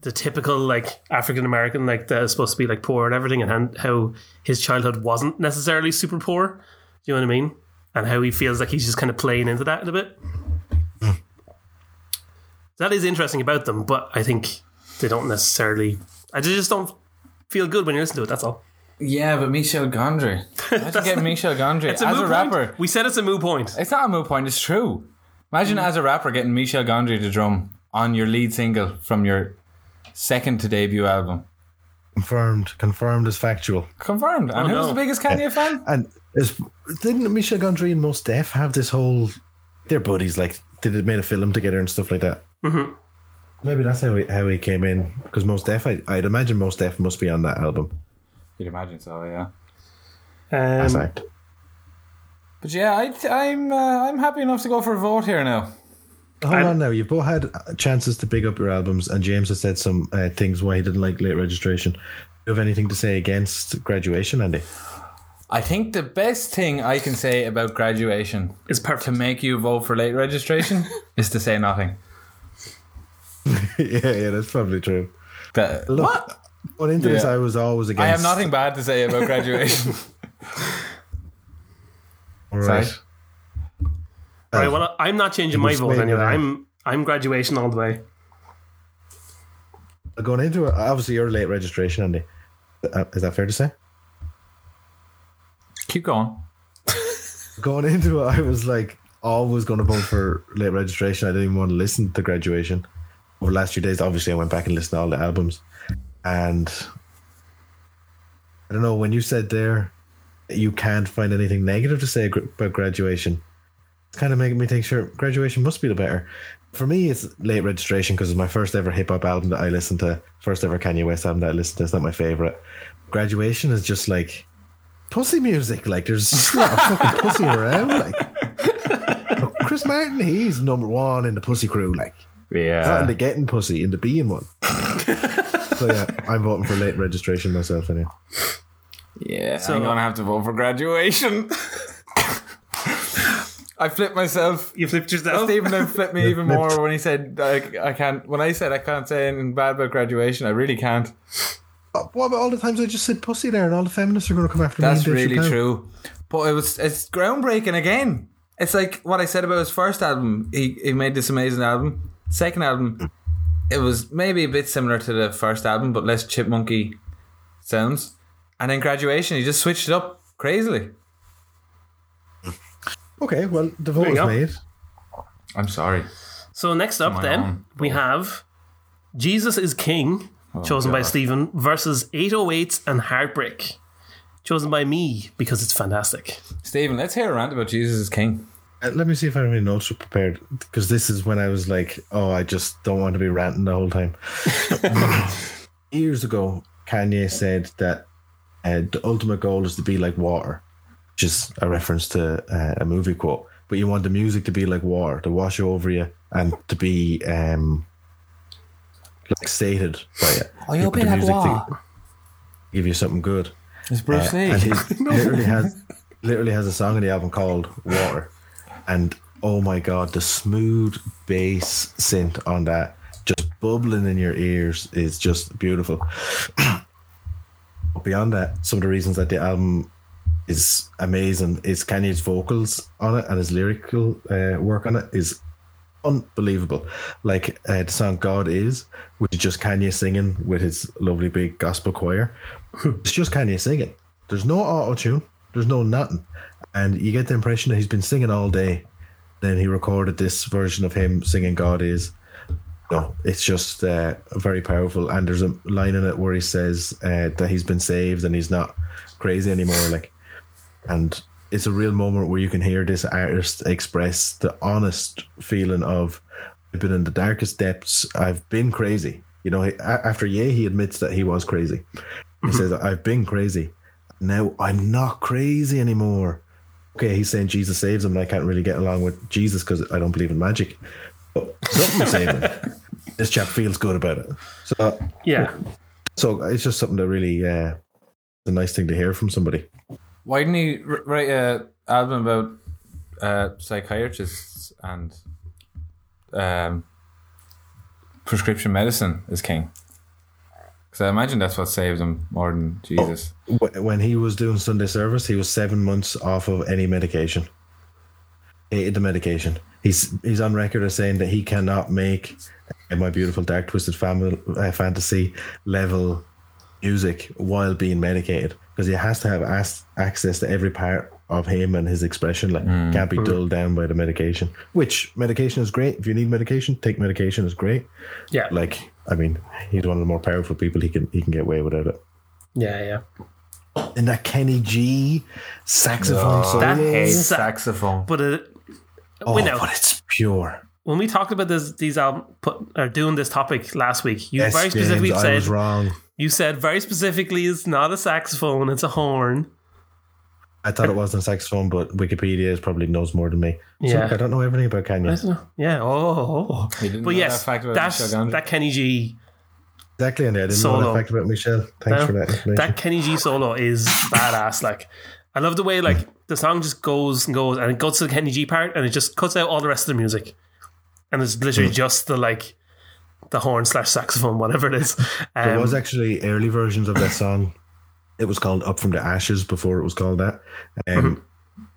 A: the typical like African American like that is supposed to be like poor and everything, and han- how his childhood wasn't necessarily super poor. Do you know what I mean? And how he feels like he's just kind of playing into that in a bit. that is interesting about them, but I think they don't necessarily. I just don't feel good when you listen to it. That's all.
B: Yeah, but Michel [LAUGHS] Gondry. How'd you get Michel Gondry
A: It's
B: as
A: moot
B: a rapper?
A: Point. We said it's a moot point.
B: It's not a moot point. It's true. Imagine as a rapper getting Michel Gondry to drum on your lead single from your second to debut album.
C: Confirmed. Confirmed as factual.
B: Confirmed. And who's
A: no.
B: the biggest Kanye fan?
C: And is, didn't Michel Gondry and Mos Def have this whole? Their buddies like they did made a film together and stuff like that. Mm-hmm. Maybe that's how he, how he came in because Mos Def, I, I'd imagine Mos Def must be on that album.
B: [LAUGHS] You'd imagine so, yeah.
A: Um,
C: Fact.
B: But yeah, I th- I'm uh, I'm happy enough to go for a vote here now.
C: Hold on now. You've both had chances to pick up your albums, and James has said some uh, things why he didn't like late registration. Do you have anything to say against graduation, Andy?
B: I think the best thing I can say about graduation
A: it's
B: to
A: perfect.
B: make you vote for late
C: [LAUGHS]
B: registration is to say nothing.
C: yeah, yeah, that's probably true.
B: That-
C: Look, Going into this,
B: Yeah.
C: I was always against.
B: I have nothing bad to say about
C: [LAUGHS]
B: graduation.
C: All right.
B: Sorry.
A: Right, well, I'm not changing my
C: Just
A: vote
C: wait
A: anyway.
C: around.
A: I'm I'm graduation all the way.
C: Going into it, obviously you're late registration, Andy. Uh, is that fair to say?
B: Keep going.
C: Going into it, I was like always going to vote for late registration. I didn't even want to listen to graduation. Over the last few days, obviously, I went back and listened to all the albums, and I don't know when you said there that you can't find anything negative to say gr- about graduation. It's kind of making me think sure graduation must be the better. For me, it's late registration because it's my first ever hip hop album that I listened to, first ever Kanye West album that I listened to. It's not my favorite. Graduation is just like pussy music. Like there's [LAUGHS] just a lot of fucking pussy around. Like Chris Martin, he's number one in the pussy crew. Like not in
B: Yeah.
C: the getting pussy, in the being [LAUGHS] one. so yeah, I'm voting for late registration myself. Anyway,
B: Yeah. I'm gonna have to vote for graduation. [LAUGHS] I flipped myself.
A: You flipped yourself.
B: Stephen then flipped
C: [LAUGHS]
B: me even more when he said I, I can't. When I said I can't say anything bad about graduation, I really can't.
C: Uh, What about all the times I just said pussy there and all the feminists are going to come after
B: That's
C: me? and Dave
B: really
C: Chappelle?
B: true. But it was it's groundbreaking again. It's like what I said about his first album. He he made this amazing album. Second album, it was maybe a bit similar to the first album, but less chipmunky sounds. And then graduation, he just switched it up crazily.
C: Okay, well, the
A: There
C: vote
A: you
C: was
A: go.
C: made.
B: I'm sorry.
A: So next up,
B: my
A: then
B: own.
A: we have Jesus is King, chosen by
B: God.
A: Stephen, versus 808 and Heartbreak, chosen by me because it's fantastic.
B: Stephen, let's hear a rant about Jesus is King.
C: Uh, let me see if I have any notes prepared because this is when I was like, oh, I just don't want to be ranting the whole time. Years ago, Kanye said that uh, the ultimate goal is to be like water, which is a reference to uh, a movie quote. But you want the music to be like water, to wash over you and to be um, like sated by it.
B: Oh, you'll
C: want
B: be
C: the
B: like
C: music to
B: water.
C: Give you something good. Uh,
B: It's Bruce Lee. [LAUGHS]
C: And he [LAUGHS] literally has literally has a song on the album called Water. And oh my god, the smooth bass synth on that, just bubbling in your ears is just beautiful. [CLEARS THROAT] But Beyond that, some of the reasons that the album is amazing is Kanye's vocals on it and his lyrical uh, work on it is unbelievable. Like uh, the song God Is, which is just Kanye singing with his lovely big gospel choir. [CLEARS THROAT] it's just Kanye singing. There's no auto tune, there's no nothing. And you get the impression that he's been singing all day. Then he recorded this version of him singing God Is. No, it's just uh, very powerful. And there's a line in it where he says uh, that he's been saved and he's not crazy anymore. Like, and it's a real moment where you can hear this artist express the honest feeling of I've been in the darkest depths. I've been crazy. You know, he, a- after Ye, he admits that he was crazy. He says, "I've been crazy. Now I'm not crazy anymore." Okay, he's saying Jesus saves him, and I can't really get along with Jesus because I don't believe in magic. But something saving him. This chap feels good about it. So, [LAUGHS]
A: Yeah,
C: so it's just something that really, uh, it's a nice thing to hear from somebody.
B: Why didn't he wr- write a album about uh, psychiatrists and um, prescription medicine is king? Because I imagine that's what saved him more than Jesus.
C: Wh- when he was doing Sunday service, he was seven months off of any medication. Hated the medication. He's he's on record as saying that he cannot make uh, my beautiful dark twisted family uh, fantasy level music while being medicated because he has to have as- access to every part of him and his expression. Like can't be dulled down by the medication. Which medication is great if you need medication. Take medication is great.
A: yeah,
C: Like I mean, he's one of the more powerful people. He can he can get away without it
A: yeah, yeah.
C: and that Kenny G saxophone solo.
A: That is- Sa-
B: saxophone.
A: But it,
C: oh,
A: we know.
C: but it's pure.
A: when we talked about this, these album put, or doing this topic last week, you
C: Yes,
A: very specifically
C: James, I was
A: said
C: wrong.
A: you said very specifically it's not a saxophone, it's a horn.
C: I thought it wasn't a saxophone, but Wikipedia is probably knows more than me. So
A: Yeah.
C: look, I don't know everything about
A: I
C: Kanye.
A: don't know. Yeah. Oh.
B: He didn't
A: But
B: know
A: yes,
B: that fact about
A: that's
B: Michelle Gondry.
A: that Kenny G.
C: Exactly, and I didn't know
A: Solo.
C: that fact about Michelle. Thanks
A: No,
C: for that information.
A: That Kenny G solo is badass. Like, I love the way like the song just goes and goes, and it goes to the Kenny G part, and it just cuts out all the rest of the music, and it's literally just the like the horn slash saxophone, whatever it is. Um,
C: there was actually early versions of that song. It was called "Up from the Ashes" before it was called that.
A: Mm-hmm.
C: Um,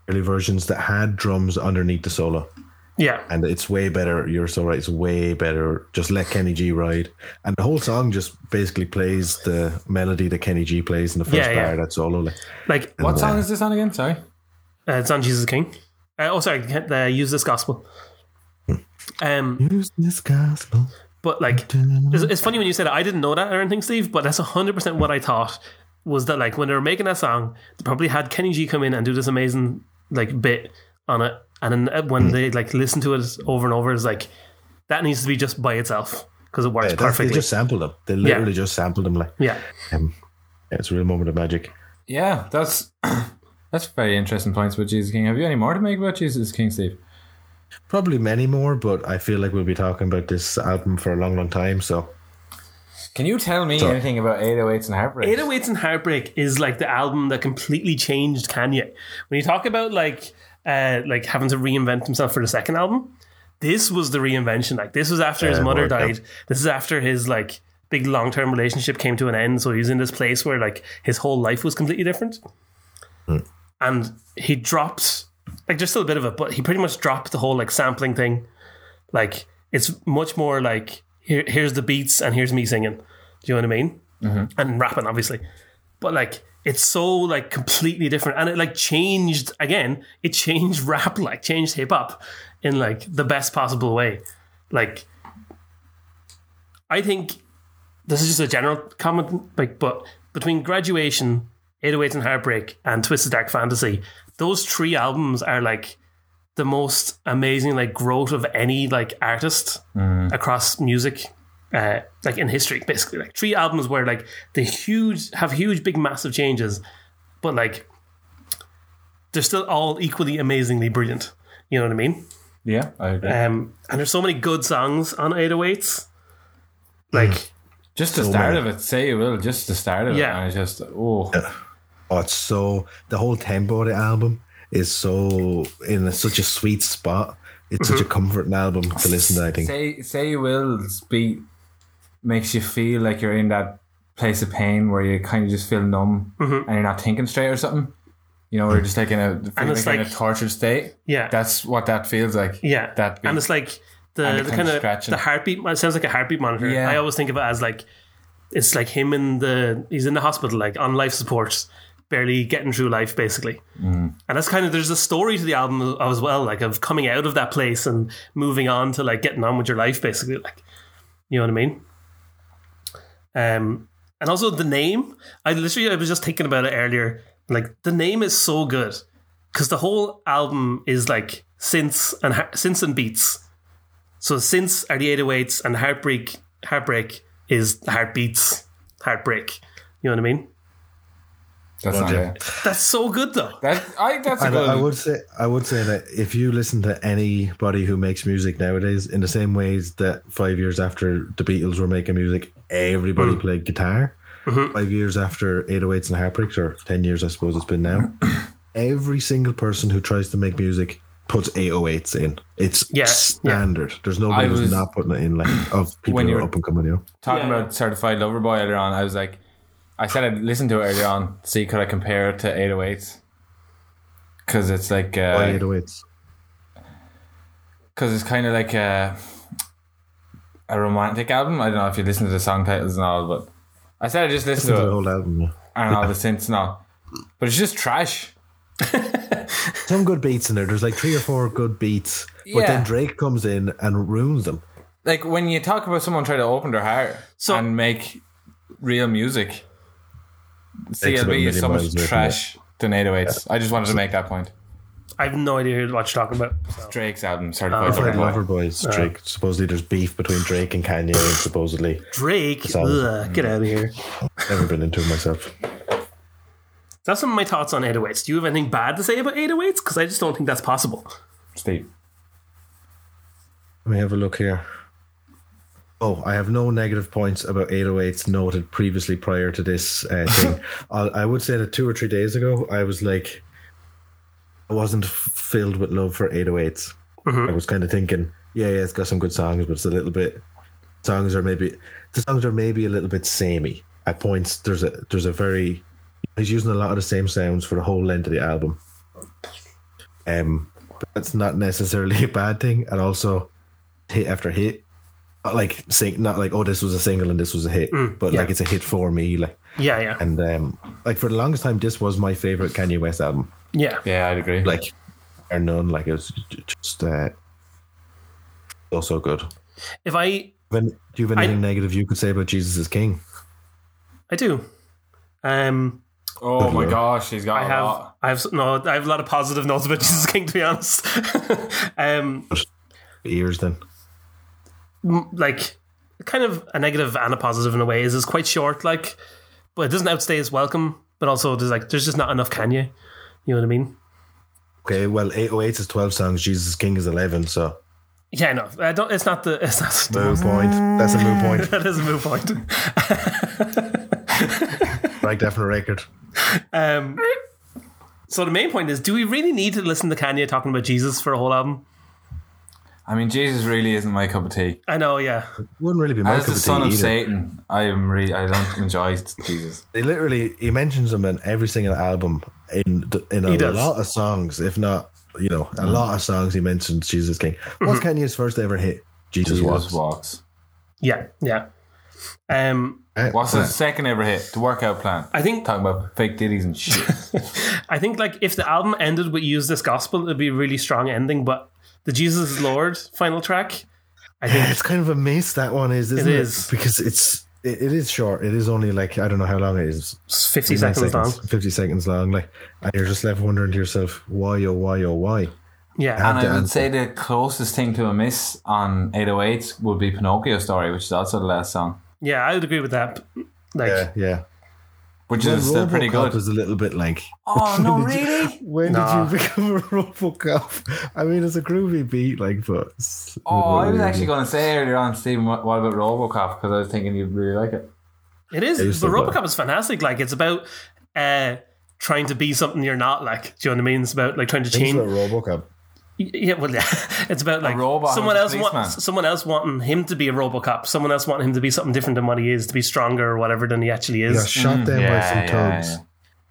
C: early versions that had drums underneath the solo.
A: yeah,
C: and it's way better. You're so right. It's way better. Just let Kenny G ride, and the whole song just basically plays the melody that Kenny G plays in the first
A: Yeah, yeah.
C: bar. That's solo. Like,
A: like uh,
B: what song is this on again? Sorry.
A: it's on Jesus King. Uh, oh, sorry, uh, use this gospel.
B: Hmm.
A: Um,
C: Use this gospel.
A: But like, it's, it's funny when you said it, I didn't know that or anything, Steve. But that's hundred percent what I thought was that like when they were making that song, they probably had Kenny G come in and do this amazing like bit on it, and then uh, when they like listen to it over and over, it's like that needs to be just by itself because it works
C: Yeah, that's- they
A: perfectly.
C: just sampled them. They literally just sampled them. Like,
A: yeah,
C: um, yeah, it's a real moment of magic.
B: Yeah, that's [CLEARS THROAT] that's very interesting points about Jesus King. Have you any more to make about Jesus King, Steve?
C: Probably many more, but I feel like we'll be talking about this album for a long, long time.
A: Mm.
C: So
B: Can you tell me anything about 808s and Heartbreak?
A: 808s and Heartbreak is like the album that completely changed Kanye. When you talk about like uh, like having to reinvent himself for the second album, this was the reinvention. Like this was after his
C: Yeah,
A: mother
C: more, yeah.
A: died. This is after his like big long term relationship came to an end. So he was in this place where like his whole life was completely different. And he dropped like there's still a bit of it, but he pretty much dropped the whole like sampling thing. Like it's much more like here, here's the beats and here's me singing. Do you know what I mean? And rapping, obviously but like it's so like completely different and it like changed again it changed [LAUGHS] rap like changed hip hop in like the best possible way like i think this is just a general comment like but between graduation 808 and heartbreak and twisted dark fantasy those three albums are like the most amazing like growth of any like artist across music uh, like in history basically like three albums where like they huge have huge big massive changes but like they're still all equally amazingly brilliant you know what i mean
B: Yeah, I agree.
A: um and there's so many good songs on 808s like
B: just the start
C: many.
B: of it, say you will, just the start of
A: Yeah.
B: it. And it's just, oh,
C: Oh, it's so the whole tempo of the album is so in a, such a sweet spot. It's
A: Mm-hmm.
C: such a comforting album to listen to. I think
B: say, say you will beat makes you feel like you're in that place of pain where you kind of just feel numb
A: Mm-hmm.
B: and you're not thinking straight or something. You know, we're just like in a, feeling
A: it's
B: like in a
A: like-
B: tortured state.
A: Yeah.
B: That's what that feels like.
A: Yeah,
B: That beat.
A: and it's like
B: And
A: the,
B: it
A: the
B: kinda
A: kind of
B: scratching.
A: the heartbeat. It sounds like a heartbeat monitor.
B: Yeah.
A: I always think of it as like it's like him in the he's in the hospital, like on life support, barely getting through life, basically. And that's kind of there's a story to the album as well, like of coming out of that place and moving on to like getting on with your life, basically. Like, you know what I mean? Um, and also the name. I literally I was just thinking about it earlier. Like the name is so good because the whole album is like synths and ha- synths and beats. So synths are the 808s, and heartbreak heartbreak is the heartbeats heartbreak. You know what I mean?
B: That's not
C: Roger.
B: it.
A: That's so good though.
B: That, I, that's a
C: And
B: good.
C: I, I would say I would say that if you listen to anybody who makes music nowadays, in the same ways that five years after the Beatles were making music, everybody
B: Mm-hmm.
C: played guitar. Five years after 808s and Heartbreaks, or ten years, I suppose it's
B: [CLEARS THROAT]
C: been now. every single person who tries to make music puts 808s in. It's
A: Yeah, yeah.
C: standard. There's nobody
B: I
C: who's
B: was-
C: not putting it in. Like
B: [CLEARS THROAT]
C: of people
B: When
C: who
B: you
C: are
B: were-
C: up and coming, you know.
B: talking
A: Yeah, yeah.
B: about certified lover boy earlier on, I was like, I said I'd listen to it earlier on, see could I compare it to 808s because it's like uh,
C: Why
B: because
C: 808s?
B: it's kind of like a a romantic album. I don't know if you listen to the song titles and all, but I said I just listened
C: Listen to
B: to
C: the
B: it
C: whole album. yeah.
B: and all the synths and all, but it's just trash.
C: some good beats in there. There's like three or four good beats, but
B: Yeah.
C: then Drake comes in and ruins them.
B: Like when you talk about someone trying to open their heart
A: So-
B: and make real music,
C: about a
B: CLB is
C: million
B: so much
C: miles away from
B: trash than 808s. I just wanted to make that point.
A: I have no idea what you're talking about.
B: Drake's album, certified
C: Like
B: lover boy.
C: Loverboys, Drake. Supposedly, there's beef between Drake and Kanye. And supposedly,
A: Drake,
C: all-
A: ugh, get out of here.
C: never been into it myself.
A: That's some of my thoughts on 808s. Do you have anything bad to say about 808s? Because I just don't think that's possible.
B: Steve.
C: Let me have a look here. Oh, I have no negative points about 808s noted previously prior to this [LAUGHS] uh, thing. I, I would say that two or three days ago, I was like, I wasn't f- filled with love for 808s. I was kind of thinking, yeah, yeah, it's got some good songs, but it's a little bit. Songs are maybe the songs are maybe a little bit samey at points. There's a there's a very he's using a lot of the same sounds for the whole length of the album. Um, but that's not necessarily [LAUGHS] a bad thing, and also hit after hit. Not like sing, not like oh, this was a single and this was a hit, but like it's a hit for me. Like
A: Yeah, yeah,
C: and um, like for the longest time, this was my favorite Kanye West album.
A: yeah.
B: Yeah, I'd agree.
C: Like or none, like it was j- just uh, so so good.
A: If I
C: When, do you have anything negative you could say about Jesus is King?
A: I do, um,
B: oh my
C: lord.
B: gosh, he's got
A: I
B: a
A: have
B: lot.
A: I have no I have a lot of positive [LAUGHS] notes about Jesus King to be honest. [LAUGHS] um,
C: Ears then.
A: like kind of a negative and a positive in a way is it's quite short like but it doesn't outstay its welcome but also there's like there's just not enough Kanye you know what I mean
C: Okay, well, 808 is 12 songs. Jesus is King is 11, so
A: yeah no I don't it's not the [LAUGHS] it's not the
C: moo point. That's a moo
A: [LAUGHS]
C: point.
A: that is a moot point
C: Right, definite record.
A: um so the main point is do we really need to listen to Kanye talking about Jesus for a whole album
B: I mean, Jesus really isn't my cup of tea.
A: I know, yeah.
C: Wouldn't really be my
B: As
C: cup
B: the
C: of
B: son
C: tea
B: of
C: either.
B: Satan, I am really I don't enjoy [LAUGHS] Jesus.
C: He literally he mentions him in every single album in th- in
A: He
C: a
A: does.
C: lot of songs, if not you know a lot of songs. He mentions Jesus King.
A: Mm-hmm.
C: What's Kanye's first ever hit? Jesus,
B: Jesus
C: Walks.
B: walks.
A: Yeah, yeah. Um,
C: Eh,
B: What's his
C: eh,
B: second ever hit? The workout plan.
A: I think
B: Talking about fake ditties and [LAUGHS] shit.
A: I think like if the album ended with "Use This Gospel," it'd be a really strong ending. But the Jesus is Lord final track, I think
C: It's kind of a miss that one is, isn't it?
A: is.
C: because it's it, it is short. It is only like I don't know how long it is.
A: it's fifty
C: 59
A: seconds long.
C: Fifty seconds long. Like, and you're just left wondering to yourself, why oh why oh why?
A: Yeah,
B: and I
C: Damn.
B: would say the closest thing to a miss on 808 would be Pinocchio Story, which is also the last song,
A: yeah, I would agree with that. Like,
C: Yeah, yeah.
B: which is still pretty
C: RoboCop
B: good.
C: Is a little bit like
B: oh no, really?
C: When
A: Nah.
C: did you become a [LAUGHS] RoboCop? I mean, it's a groovy beat, like, but it's-
B: Oh, I was actually going to say earlier on, Stephen, what what about RoboCop? Because I was thinking you'd really like it.
A: it is.
C: It is
A: but
C: so
A: RoboCop is fantastic. Like, it's about uh, trying to be something you're not. Like, do you know what I mean? It's about like trying to
C: Things
A: change.
C: about RoboCop.
A: Yeah, well, [LAUGHS] yeah. It's about like
B: robot
A: someone
B: who's
A: else
B: a policeman.
A: wants someone else wanting him to be a RoboCop. Someone else wanting him to be something different than what he is, to be stronger or whatever than he actually
C: He got
A: is.
C: shot down by
B: yeah,
C: some
B: Mm, yeah,
C: thugs,
B: yeah.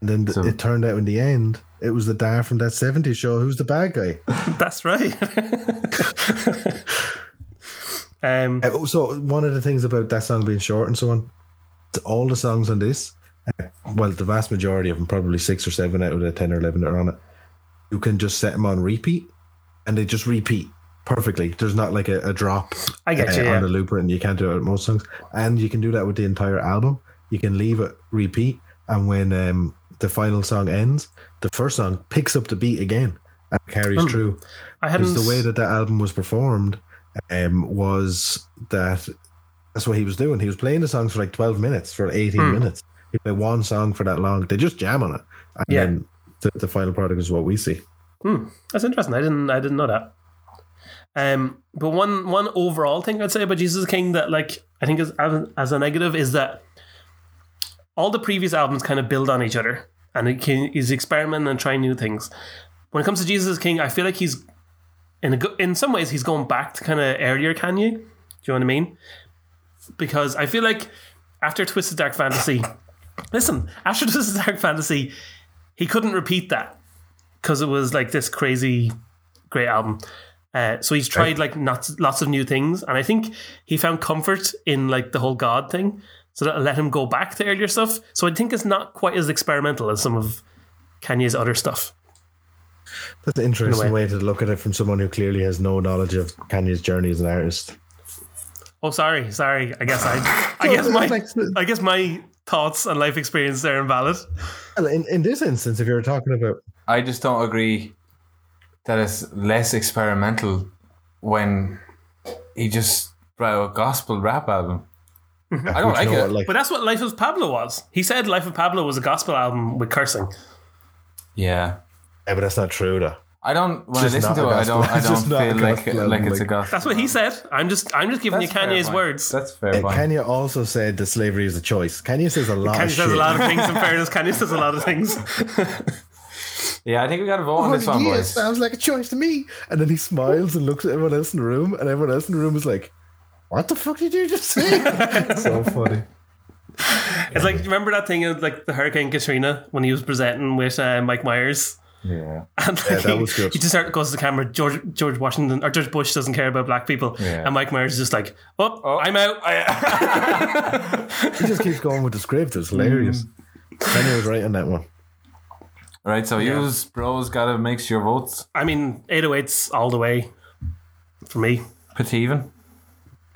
C: and then th-
B: So-
C: it turned out in the end it was the dad from that '70s show who's the bad guy.
A: [LAUGHS] That's right. um,
C: Uh, so one of the things about that song being short and so on, it's all the songs on this, uh, well, the vast majority of them, probably six or seven out of the ten or eleven that are on it, you can just set them on repeat, and they just repeat perfectly. There's not like a, a drop.
A: I get you.
C: uh, on the
A: Yeah.
C: looper, and you can't do it with most songs. And you can do that with the entire album. You can leave it repeat, and when um, the final song ends, the first song picks up the beat again and carries
A: Mm.
C: through.
A: I hadn't.
C: Because the way that that album was performed um, was that that's what he was doing. He was playing the songs for like twelve minutes, for eighteen
A: Hmm.
C: minutes. He played one song for that long. They just jam on it, and
A: Yeah.
C: then the, the final product is what we see.
A: Hmm, that's interesting. I didn't. I didn't know that. Um, but one one overall thing I'd say about Jesus is King that like I think is as, as a negative is that all the previous albums kind of build on each other, and he can, he's experimenting and trying new things. When it comes to Jesus is King, I feel like he's in a go- in some ways he's going back to kind of earlier Kanye. Do you know what I mean? Because I feel like after Twisted Dark Fantasy, listen, after [LAUGHS] Twisted Dark Fantasy, he couldn't repeat that because it was like this crazy great album. Uh, so he's tried like not, lots of new things, and I think he found comfort in like the whole God thing, so that let him go back to earlier stuff. So I think it's not quite as experimental as some of Kanye's other stuff.
C: That's an interesting
A: way.
C: way to look at it from someone who clearly has no knowledge of Kanye's journey as an artist.
A: Oh, sorry, sorry. I guess I, I guess my, I guess my thoughts and life experience are invalid.
C: Well, in, in this instance, if you were talking about
B: I just don't agree that it's less experimental when he just brought out a gospel rap album.
A: Mm-hmm.
B: I don't
C: you
B: like
C: know
B: it.
C: what, like
A: But that's what Life of Pablo was. He said Life of Pablo was a gospel album with cursing.
B: yeah.
C: yeah, but that's not true though.
B: I don't when I
C: just
B: listen
C: not
B: to
C: a
B: it I don't
C: gospel-
B: I
C: it's
B: don't
C: just not a
B: feel like
C: gospel album,
B: like it's a
C: like-
B: gospel.
A: That's what he said. I'm just I'm just giving
B: That's
A: you
B: fair
A: Kanye's
B: point.
A: words.
B: That's fair
C: Uh,
B: point.
C: Kanye also said that slavery is a choice. Kanye says a lot
A: Kanye
C: of
A: says
C: shit.
A: a lot of things. In fairness, Kanye says a lot of things.
B: yeah, I think we got to vote
C: Oh,
B: on this one, boys.
C: sounds like a choice to me. And then he smiles and looks at everyone else in the room, and everyone else in the room is like, "What the fuck did you just say?" [LAUGHS] so funny.
A: It's like remember that thing of like the Hurricane Katrina when he was presenting with uh, Mike Myers. [LAUGHS]
B: Yeah.
A: And like,
C: that
A: he,
C: was good.
A: he just start, goes to the camera. George George Washington or George Bush doesn't care about black people,
B: Yeah.
A: and Mike Myers is just like, "Oh, I'm out."
C: He just keeps going with the script. It's hilarious. Kanye was right on that one.
B: All right, so [LAUGHS] you bros got to mix your votes.
A: I mean, 808s all the way for me.
B: Put even.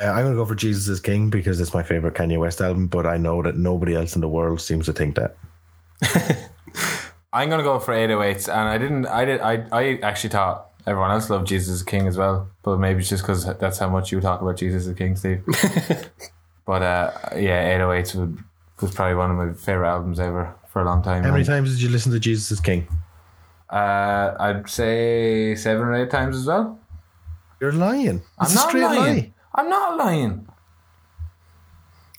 C: Uh, I'm gonna go for Jesus is King because it's my favorite Kanye West album. But I know that nobody else in the world seems to think that.
B: I'm gonna go for 808s, and I didn't. I did. I. I actually thought everyone else loved Jesus is King as well, but maybe it's just because that's how much you talk about Jesus is King,
C: [LAUGHS]
B: Steve. but uh, yeah, 808s would, was probably one of my favorite albums ever for a long time.
C: How many
B: And,
C: times did you listen to Jesus is King?
B: Uh, I'd say seven or eight times as well.
C: You're lying.
B: I'm
C: It's a
B: not
C: straight
B: lying.
C: lie.
B: I'm not lying.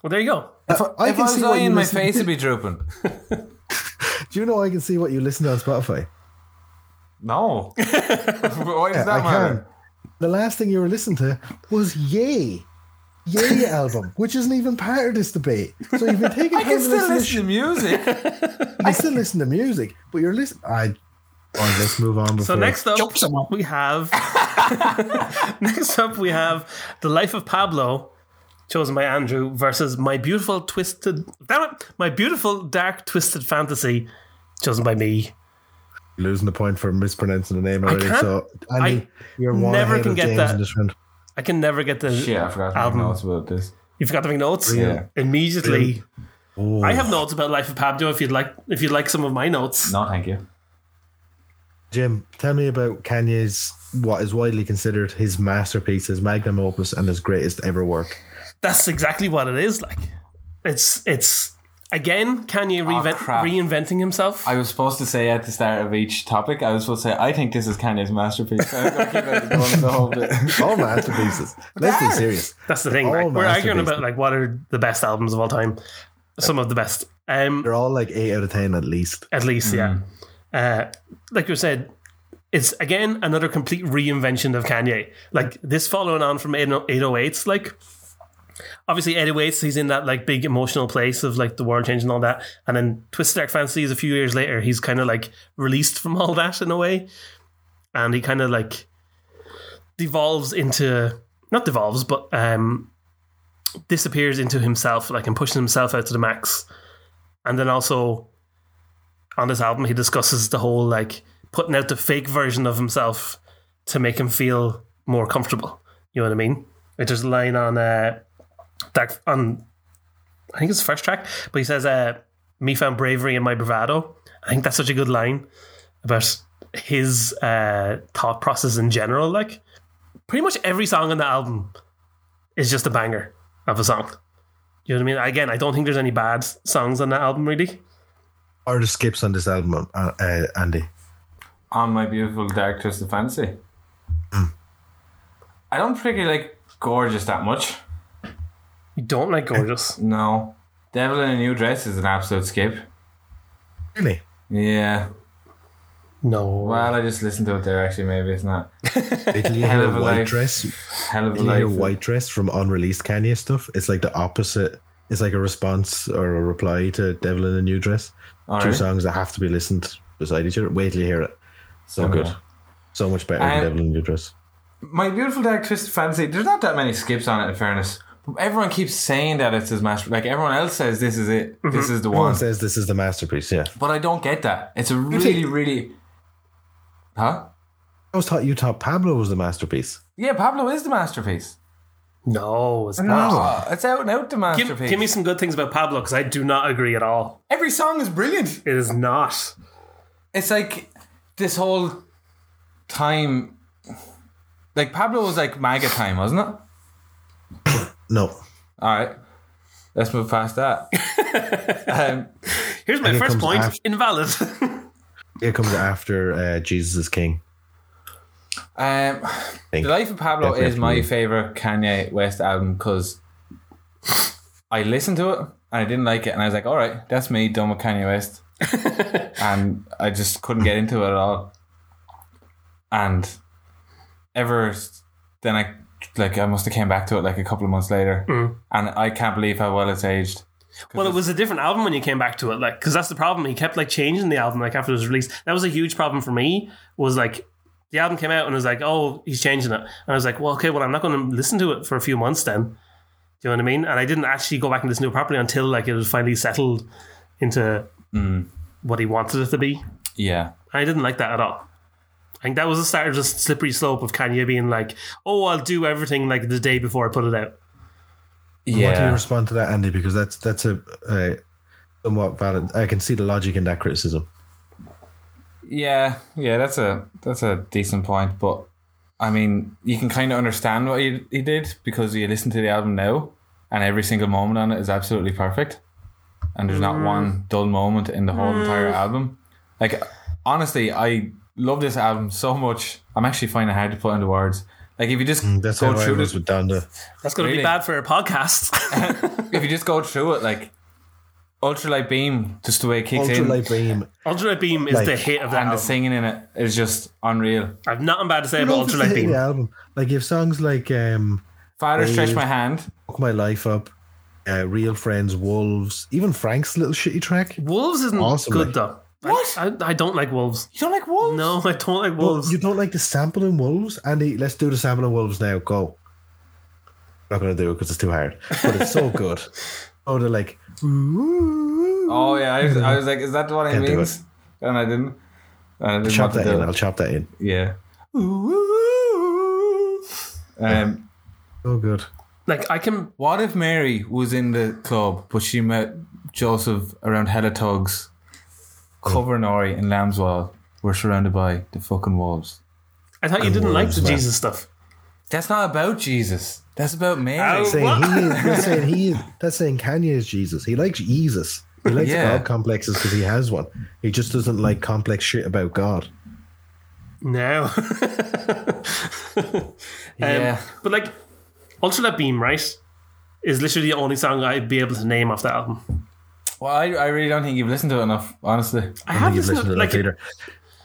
A: Well, there you go.
C: If Uh, I,
B: if I was
C: what you
B: lying, my
C: listen-
B: face would be
C: [LAUGHS]
B: drooping.
C: Do you know I can see what you listen to on Spotify?
B: [LAUGHS] No. Why does that
C: I
B: matter?
C: can. The last thing you were listening to was Yay.
A: [LAUGHS]
C: Yay album, which isn't even part of this debate. So you've been taking
B: I
C: time
B: can
C: to
B: still
C: listen to
B: listen to
C: [LAUGHS]
B: music.
C: I still listen to music, but you're listening. I. All right, let's move on.
A: So
C: Before
A: next up,
D: Jump someone.
A: we have [LAUGHS] next up we have the life of Pablo, chosen by Andrew, versus my beautiful twisted damn it, my beautiful dark twisted fantasy, chosen by me.
C: losing the point for mispronouncing the name already.
A: can't-
C: so Andy,
A: I
C: you're one
A: never
C: ahead
A: can
C: of
A: get
C: James
A: that.
C: in this round.
A: I can never get the.
B: Shit, I forgot to make
A: Album.
B: notes about this.
A: You forgot to make notes.
B: Yeah.
A: Immediately,
C: Oh,
A: I have notes about life of Pablo. If you'd like, if you'd like some of my notes,
B: No, thank you.
C: Jim, tell me about Kanye's what is widely considered his masterpiece, his magnum opus, and his greatest ever [LAUGHS] work.
A: that's exactly what it is. Like, it's it's again Kanye reinvent,
B: Oh, crap.
A: reinventing himself.
B: I was supposed to say at the start of each topic, I was supposed to say, I think this is Kanye's masterpiece. I was gonna keep it going the whole bit.
A: [LAUGHS]
C: All masterpieces. Let's be serious.
A: That's the thing.
C: All
B: Oh,
A: Like, we're arguing
C: masterpieces.
A: about like what are the best albums of all time. Some of the best, um,
C: They're all like eight out of ten at least.
A: at least. Yeah. Uh, like you said, it's again another complete reinvention of Kanye. Like this following on from oh, 808s. Like obviously 808s, he's in that like big emotional place of like the world change and all that. And then Twisted Dark Fantasy is a few years later. He's kind of like released from all that in a way, and he kind of like devolves into not devolves, but um disappears into himself, like and pushes himself out to the max. And then also on this album, he discusses the whole like putting out the fake version of himself to make him feel more comfortable. You know what I mean? Like, There's a line on uh, that on I think it's the first track, but he says, uh, "Me found bravery in my bravado." I think that's such a good line about his uh, thought process in general. Like, pretty much every song on the album is just a banger of a song. You know what I mean? Again, I don't think there's any bad songs on that album, really.
C: Or the skips on this album, uh, uh, Andy.
B: [LAUGHS] on my beautiful dark twisted fantasy. I don't particularly like gorgeous that much.
A: You don't like gorgeous.
B: No, Devil in a New Dress is an absolute skip.
C: Really?
B: Yeah.
A: No.
B: Well, I just listened to it there. Actually, maybe it's not
C: Did you
B: Hell
C: hear
B: of a
C: a white
B: life.
C: dress?
B: hell of a
C: Did you hear
B: life.
C: white dress from unreleased Kanye stuff? It's like the opposite. It's like a response or a reply to Devil in a New Dress.
B: All
C: two
B: right.
C: songs that have to be listened beside each other. Wait till you hear it. So
B: Okay.
C: good. So much better
B: I-
C: than Devil in Your Dress.
B: My beautiful dark twisted fantasy. There's not that many skips on it. In fairness, everyone keeps saying that it's his master. Like everyone else says, this is it. This is the
C: Everyone
B: one.
C: says this is the masterpiece, yeah. I
B: But I don't get that. It's a really, really. Huh?
C: always thought you thought Pablo was the masterpiece.
B: Yeah, Pablo is the masterpiece.
A: no, it's not.
B: Oh, it's out and out the
A: Give,
B: masterpiece.
A: give me some good things about Pablo because I do not agree at all.
B: Every song is brilliant.
A: It is not.
B: It's like this whole time. Like Pablo was like MAGA time, wasn't it?
C: No.
B: All right, let's move past that. um,
A: Here's my
C: it
A: first
C: comes
A: point
C: after-
A: invalid. [LAUGHS]
C: It comes after uh, Jesus is King.
B: um,
C: Think.
B: the Life of Pablo
C: Definitely.
B: is my favorite Kanye West album because I listened to it and I didn't like it, and I was like, "All right, that's me done with Kanye
C: [LAUGHS]
B: West," and I just couldn't get into it at all. And ever s- then, I like I must have came back to it like a couple of months later,
C: Mm.
B: and I can't believe how well it's aged.
A: well, it was a different album when you came back to it, like because that's the problem. He kept like changing the album like after it was released. That was a huge problem for me. Was like the album came out and it was like, oh, he's changing it, and I was like, well, okay, well, I'm not going to listen to it for a few months then. Do you know what I mean? And I didn't actually go back and listen to it properly until like it was finally settled into what he wanted it to be.
B: Yeah.
A: I didn't like that at all. I think that was the start of this slippery slope of Kanye being like, "Oh, I'll do everything like the day before I put it out."
C: How do you
B: Yeah.
C: respond to that, Andy? Because that's that's a uh, somewhat valid. I can see the logic in that criticism.
B: Yeah. Yeah, that's a that's a decent point, but I mean, you can kind of understand what he, he did because you listen to the album now and every single moment on it is absolutely perfect. And there's not one dull moment in the whole entire album. Like honestly, I love this album so much. I'm actually finding it hard to put into words. Like if you just
C: Mm, That's
B: go
C: how I
B: through
C: was
B: this
C: with Donda.
A: That's going to
B: Really?
A: be bad for a podcast. [LAUGHS]
B: if you just go through it, like Ultralight Beam, just the way it kicks in
C: Ultralight beam.
A: Ultralight Beam is
C: Like-
A: the hit of that
B: and the
A: album.
B: singing in it is just unreal.
A: I've nothing bad to say
C: No,
A: about
C: it's the
A: Ultralight
C: hit of the
A: Beam.
C: album. Like if songs like um,
B: Father, stretch my hand.
C: "Fuck My Life Up," uh, "Real Friends," "Wolves," even Frank's little shitty track.
A: Wolves isn't
C: Awesome,
A: good
C: like-
A: though.
B: What?
A: I, I don't like wolves.
B: You don't like wolves?
A: No, I don't like wolves.
C: You don't like the sample in Wolves, Andy? Let's do the sample in Wolves now. Go. Not gonna do it because it's too hard, but it's [LAUGHS] so good. Oh, they're like,
B: Oh yeah, I was, I was like, is that what I
C: Can't do
B: means? And I didn't. And I didn't want
C: chop that
B: to
C: in.
B: do
C: I'll chop that in.
B: it. Yeah. Um,
C: So good.
A: Like I can
B: what if Mary was in the club, but she met Joseph around Hella Tugs, Covernori and Lambswell were surrounded by the fucking wolves.
A: I thought you didn't like
C: wolves,
A: the
C: man.
A: Jesus stuff.
B: That's not about Jesus. That's about Mary.
A: Ow.
C: Saying
A: What?
C: he [LAUGHS] is, that's saying he is, that's saying Kanye is Jesus. He likes Jesus. He likes
B: Yeah.
C: God complexes because he has one. He just doesn't like complex shit about God.
A: No. [LAUGHS] Um,
B: Yeah.
A: But like Ultralight Beam, right? Is literally the only song I'd be able to name off that album.
B: Well, I, I really don't think you've listened to it enough, honestly.
A: I
C: I
A: have
C: think you've
A: listened
C: listened
A: to
C: to that
A: like
C: later.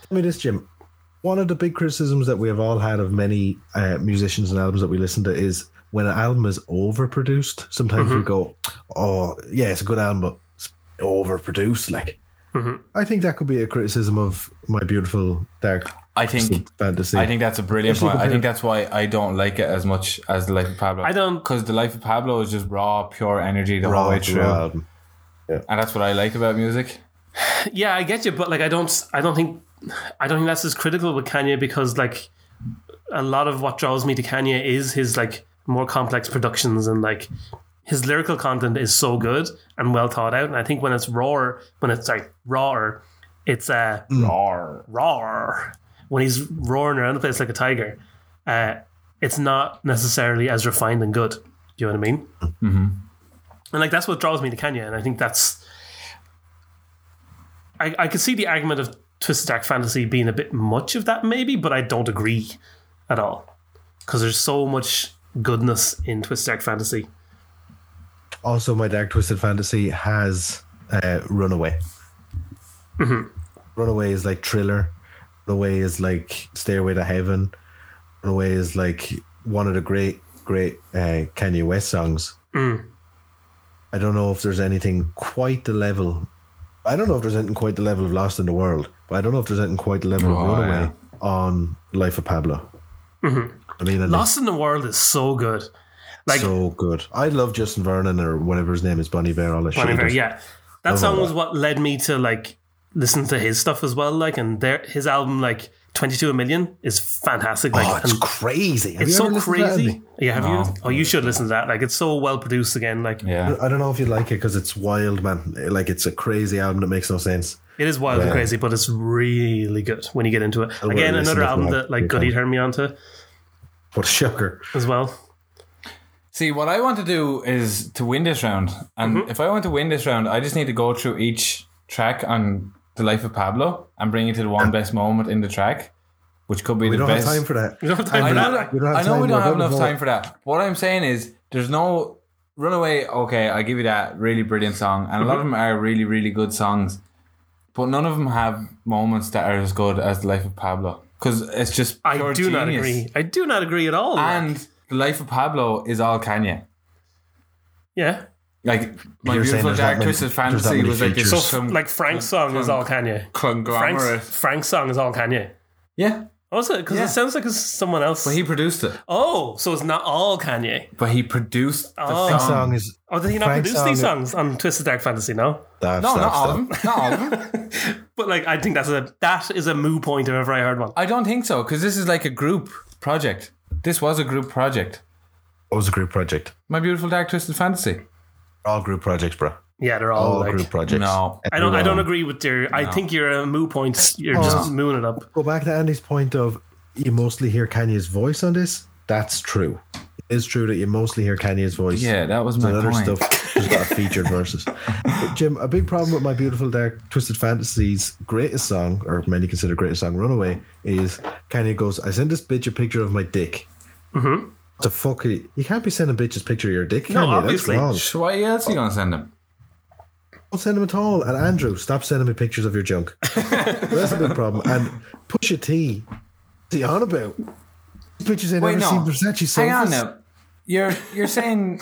C: Tell me this, Jim. One of the big criticisms that we have all had of many uh, musicians and albums that we listen to is when an album is overproduced. Sometimes we go, "Oh, yeah, it's a good album, but it's overproduced." Like, I think that could be a criticism of my beautiful dark
B: I think
C: fantasy.
B: I think that's a brilliant
C: Especially
B: point. I think
C: compared-
B: that's why I don't like it as much as the life of Pablo.
A: I don't-
B: because the life of Pablo is just raw, pure energy the
C: Raw,
B: whole way
C: raw
B: through,
C: album.
B: and that's what I like about music.
A: Yeah, I get you, but like I don't I don't think I don't think that's as critical with Kanye because like a lot of what draws me to Kanye is his like more complex productions and like his lyrical content is so good and well thought out. And I think when it's raw, when it's like rawer, it's uh
B: Raw.
A: roar when he's roaring around the place like a tiger. Uh, it's not necessarily as refined and good. Do you know what I mean? Mm-hmm. And like that's what draws me to Kenya, and I think that's. I I could see the argument of Twisted Dark Fantasy being a bit much of that, maybe, but I don't agree at all because there's so much goodness in Twisted Dark Fantasy.
C: Also, my dark twisted fantasy has uh, Runaway. Runaway is like Thriller. Runaway is like Stairway to Heaven. Runaway is like one of the great, great uh, Kanye West songs. I don't know if there's anything quite the level. I don't know if there's anything quite the level of Lost in the World, but I don't know if there's anything quite the level
B: Oh,
C: of Runaway
B: yeah.
C: on Life of Pablo. I mean, and
A: Lost in the World is so good. Like
C: so good. I love Justin Vernon or whatever his name is, Bonnie Bear, all that shit.
A: Bon
C: he
A: Iver,
C: does.
A: yeah. That song was what led me to like listen to his stuff as well. Like, and their his album like Twenty Two a Million is fantastic. Like,
C: oh, it's
A: and
C: crazy. Have
A: it's
C: you
A: so
C: ever listened to that,
A: crazy.
C: Andy?
A: Yeah, have
B: No.
A: you? Oh, you should listen to that. Like, it's so well produced again. Like,
B: Yeah,
C: I don't know if you like it because it's wild, man. Like it's a crazy album that makes no sense.
A: it is wild and
C: Yeah.
A: crazy, but it's really good when you get into it.
C: will
A: Again,
C: listen
A: another
C: to
A: album
C: that
A: that like
C: every
A: Goody
C: time.
A: turned me onto
C: What a shocker!
A: as well.
B: See, what I want to do is to win this round, and
A: Mm-hmm.
B: if I want to win this round, I just need to go through each track on the life of Pablo and bring it to the
C: [COUGHS]
B: one best moment in the track, which could be
C: We
B: the
C: don't
B: best.
C: have time for that.
A: You don't have time for
B: I
A: that.
B: know, that-
C: We don't have
B: I know
C: time,
B: we don't
C: we're
B: have
C: gonna
B: enough
C: vote.
B: time for that. What I'm saying is, there's no Runaway. Okay, I give you that really brilliant song, and a lot of them are really, really good songs, but none of them have moments that are as good as the life of Pablo because it's just
A: I
B: pure
A: do not
B: genius.
A: agree. I do not agree at all.
B: And the life of Pablo is all Kanye.
A: yeah.
B: Like my
C: You're saying
B: beautiful
C: there's that
B: dark
C: many-
B: twisted
C: there's that
B: fantasy
C: many
B: was like
C: features.
B: this
C: So,
A: So,
B: some
A: like Frank's song is all Kanye.
B: conglomerate.
A: Frank's, Frank's song is all Kanye.
B: yeah,
A: Was it? Because
B: Yeah.
A: it sounds like it's someone else.
B: but he produced it.
A: Oh, so it's not all Kanye.
B: But he produced the
A: Oh.
B: song.
C: This song is
A: Oh, did he not
C: Frank's
A: produce these
C: song-
A: songs on Twisted Dark Fantasy? No,
C: Stop,
B: No,
C: stop,
B: not all
C: stop.
B: of them. Not all of them.
A: but like I think that's a that is a moo point if ever I heard one.
B: I don't think so because this is like a group project. This was a group project.
C: It was a group project.
B: My beautiful dark twisted fantasy.
C: All group projects, bro.
A: Yeah, they're all,
C: All
A: like.
C: group projects.
B: No.
A: I don't. I don't
C: Everyone.
A: agree with your. I think you're a moo point. You're
C: Oh.
A: just mooing it up.
C: Go back to Andy's point of you mostly hear Kanye's voice on this. That's true. It is true that you mostly hear Kanye's voice.
B: Yeah, that was my
C: and other
B: point.
C: stuff has got a featured
B: [LAUGHS]
C: verses. But Jim, a big problem with my beautiful dark twisted fantasies greatest song, or many consider greatest song, "Runaway," is Kanye goes, "I sent this bitch a picture of my dick." Mm-hmm. The fuck, you you can't be sending bitches picture of your dick, can
A: No,
C: you?
A: obviously.
C: That's wrong.
B: So what else are you gonna send him?
C: Don't send them at all. And Andrew, stop sending me pictures of your junk. That's a big problem. And push a T. What's he on about? These Pictures I
B: Wait,
C: never
B: no.
C: seen Versace
B: Hang on
C: selfies.
B: now. You're you're saying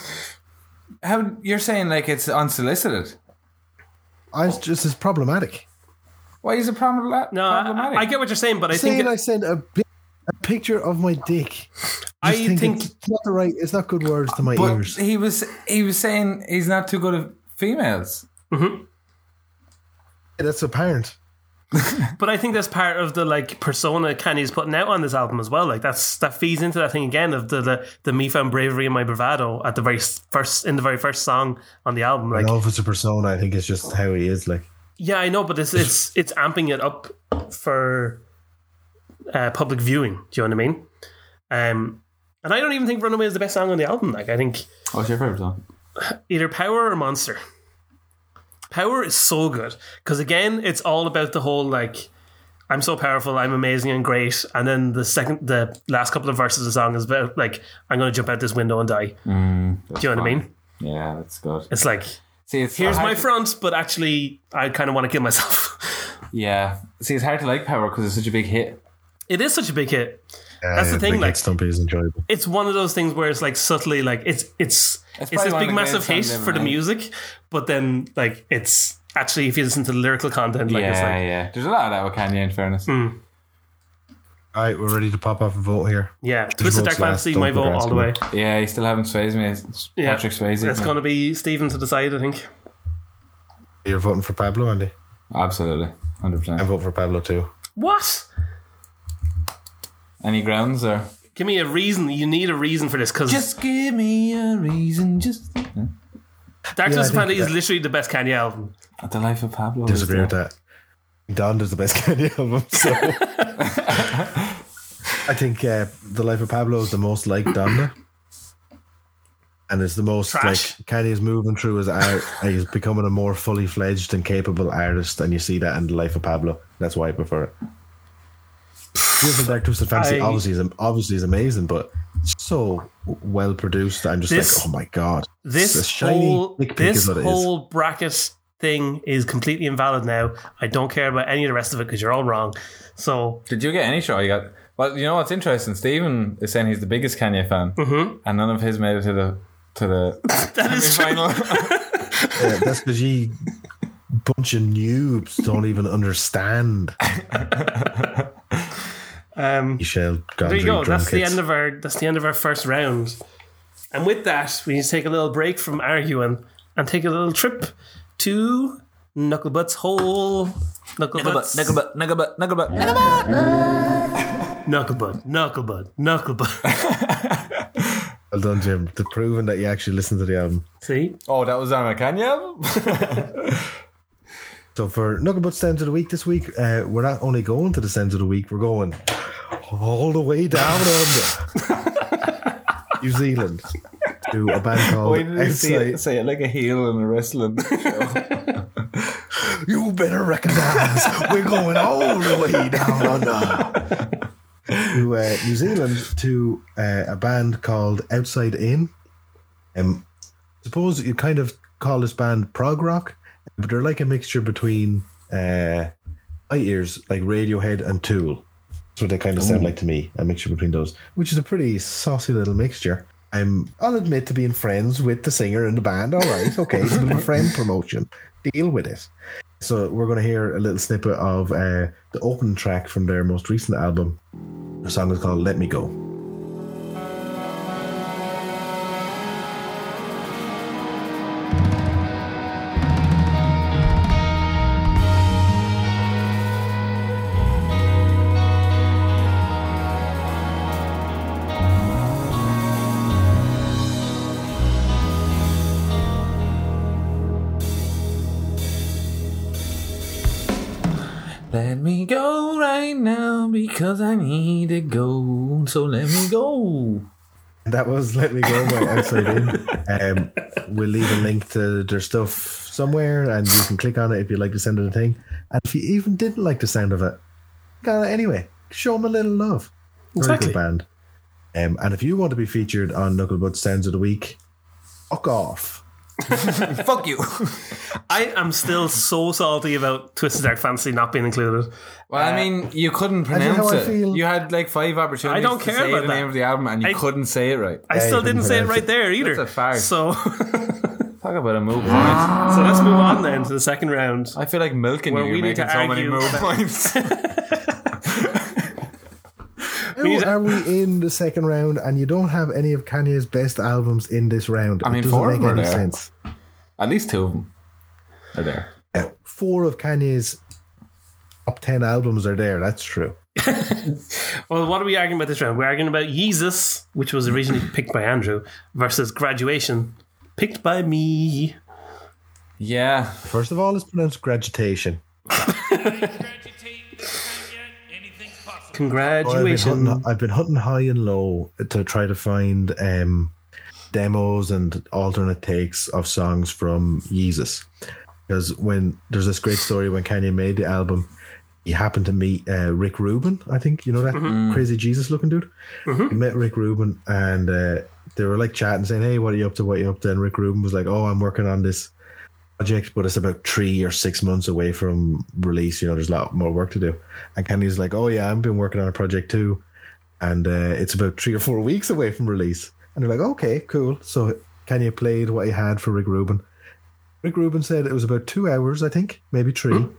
B: how you're saying like it's unsolicited.
C: I was just as problematic.
B: Why is it problemla-
A: No, I,
B: problematic?
A: I get what you're saying, but I
C: Saying
A: think
C: I sent a, pi- a picture of my dick.
A: I
C: Just think,
A: think
C: it's not the right. It's not good words to my
B: but
C: ears.
B: he was he was saying he's not too good at females.
C: That's apparent.
A: But I think that's part of the like persona Kanye's putting out on this album as well. Like that's that feeds into that thing again of the the, the me found bravery and my bravado at the very s- first in the very first song on the album.
C: I
A: Like
C: don't know if it's a persona. I think it's just how he is. Like
A: yeah, I know, but it's
B: [LAUGHS]
A: it's it's amping it up for uh, public viewing. Do you know what I mean? Um, and I don't even think Runaway is the best song on the album. Like I think
B: What's your favorite song?
A: either Power or Monster. Power is so good because again, it's all about the whole like I'm so powerful, I'm amazing and great, and then the second, the last couple of verses of the song is about like I'm going to jump out this window and
B: Mm,
A: die. Do you know what I mean?
B: Yeah, that's good.
A: It's like
B: See, it's
A: here's my
B: hard
A: front, but actually I kind of want to kill myself. [LAUGHS]
B: to- yeah. See, it's hard to like Power because it's such a big hit.
A: it is such a big hit.
C: that's
A: the thing, like-
C: Stumpy is enjoyable.
A: It's one of those things where it's like subtly like it's it's it's,
B: probably
A: this
B: one of
A: big
B: the
A: massive hit
B: greatest songs ever
A: for the
B: made.
A: music, but then like it's actually if you listen to the lyrical content, like
B: yeah,
A: it's like
B: yeah. There's a lot of that with Kanye. In fairness,
A: Hmm.
C: All right, we're ready to pop off and vote here.
A: Yeah, Twisted Dark
C: votes last,
A: Fantasy,
C: don't
A: my
C: put
A: vote
C: your
A: all the way.
C: hands
B: yeah, he still haven't Swayze me. It's
A: Yeah.
B: Patrick Swayze.
A: It's going to be Steven to decide, I think.
C: You're voting for Pablo, Andy.
B: Absolutely, hundred
C: I
B: percent.
C: vote for Pablo too.
A: What?
B: Any grounds or
A: Give me a reason. You need a reason for this because
B: just give me a reason. Just
A: Dark
C: Yeah, I
A: Twisted
C: think
A: Fantasy is
C: that-
A: literally the best Kanye album.
B: the life of Pablo. is
C: Disagree with
B: the-
C: that. Don does the best [LAUGHS] Kanye album, so I think uh, the Life of Pablo is the most like Donda, and it's the most
A: Trash.
C: like Kanye's moving through his art. and he's becoming a more fully fledged and capable artist, and you see that in the Life of Pablo. That's why I prefer it. Beautiful Dark Twisted Fantasy
A: I-
C: obviously is obviously is amazing, but so well produced. I'm just
A: This-
C: like, oh my god, It's a
A: This
C: shiny
A: whole
C: dick pic
A: this
C: is what it is.
A: whole bracket thing is completely invalid now. I don't care about any of the rest of it because you're all wrong. So
B: Did you get any show? You got. Well, you know what's interesting? Stephen is saying he's the biggest Kanye fan, and none of his made it to the to [LAUGHS] the
A: that is true.
B: final. [LAUGHS]
C: Yeah, Uh, that's because you bunch of noobs don't even understand.
A: Um,
C: Michelle Gondry,
A: there you go.
C: drum
A: That's the
C: kits.
A: end of our that's the end of our first round. And with that, we need to take a little break from arguing and take a little trip to Knucklebutt's hole. Knucklebutt,
B: Nickelbutt, Nickelbutt, Nickelbutt.
A: Knucklebutt, Knucklebutt, Knucklebutt.
C: Well done, Jim. The proving that you actually listened to the album.
A: [LAUGHS] See,
B: Oh, that was on a Kanye album.
C: [LAUGHS] So for Knucklebutt Stems of the Week this week, uh, we're not only going to the Stems of the Week, we're going all the way down
A: [LAUGHS]
C: under New Zealand to a band called
B: Why did he say it,
C: Outside.
B: say it like a heel in a [LAUGHS] wrestling show?
C: You better recognize we're going all the way down under. to uh, New Zealand to uh, a band called Outside In. Um, suppose you kind of call this band prog rock, but they're like a mixture between uh, my ears, like Radiohead and Tool. That's what they kind of sound like to me. A mixture between those, which is a pretty saucy little mixture. I'm, I'll admit to being friends with the singer and the band. All right, okay, it's a [LAUGHS] bit of a friend promotion. Deal with it. So we're going to hear a little snippet of uh, the opening track from their most recent album. The song is called "Let Me Go."
B: Let me go right now because I need to go. So let me go.
C: That was Let Me Go by Outside In. [LAUGHS] Um, we'll leave a link to their stuff somewhere and you can click on it if you like the sound of the thing. And if you even didn't like the sound of it, click on it anyway. Show them a little love. Very
A: Exactly.
C: good band. Um, and if you want to be featured on Knucklebutt Sounds of the Week, fuck off.
B: Fuck you. [LAUGHS]
A: I am still so salty about Twisted Dark Fantasy not being included.
B: Well, Uh, I mean, you couldn't
C: know
B: pronounce
C: how I
B: it.
C: feel.
B: You had like five opportunities.
A: I don't
B: to
A: care
B: say
A: about
B: the
A: that.
B: name of the album, and you
A: I-
B: couldn't say it right.
A: I still
C: you
A: didn't
C: couldn't
A: say it
C: pronounce
A: right
C: it.
A: there either.
B: That's a farce.
A: So, [LAUGHS]
B: Talk about a move point.
A: so let's move on then to the second round.
B: I feel like milking
A: Well,
B: you.
A: we
B: You're
A: need to
B: making so many
A: argue
B: move
A: about-
B: points.
C: How
B: [LAUGHS]
C: are we in the second round and you don't have any of Kanye's best albums in this round?
B: mean,
C: it doesn't
B: four
C: make
B: were
C: any
B: there.
C: sense.
A: [LAUGHS]
B: At least two of them are there.
C: Uh, Four of Kanye's top 10 albums are there. That's true.
A: Well, what are we arguing about this round? We're arguing about Yeezus, which was originally picked by Andrew, versus Graduation, picked by me.
B: Yeah,
C: First of all, it's pronounced graduation.
D: Regurgitate this time yet? Anything's possible.
C: I've been,
A: Congratulations.
C: hunting, I've been hunting high and low to try to find um, demos and alternate takes of songs from Yeezus. Because when there's this great story when Kanye made the album, he happened to meet uh, Rick Rubin, I think. You know that crazy Jesus looking dude? He met Rick Rubin and uh, they were like chatting, saying, Hey, what are you up to? What are you up to? And Rick Rubin was like, Oh, I'm working on this project, but it's about three or six months away from release. You know, there's a lot more work to do. And Kenny's like, oh yeah, I've been working on a project too, and uh, it's about three or four [LAUGHS] weeks away from release. And they're like, okay, cool. So Kenya played what he had for Rick Rubin. Rick Rubin said it was about two hours, I think, maybe 3
A: Hmm.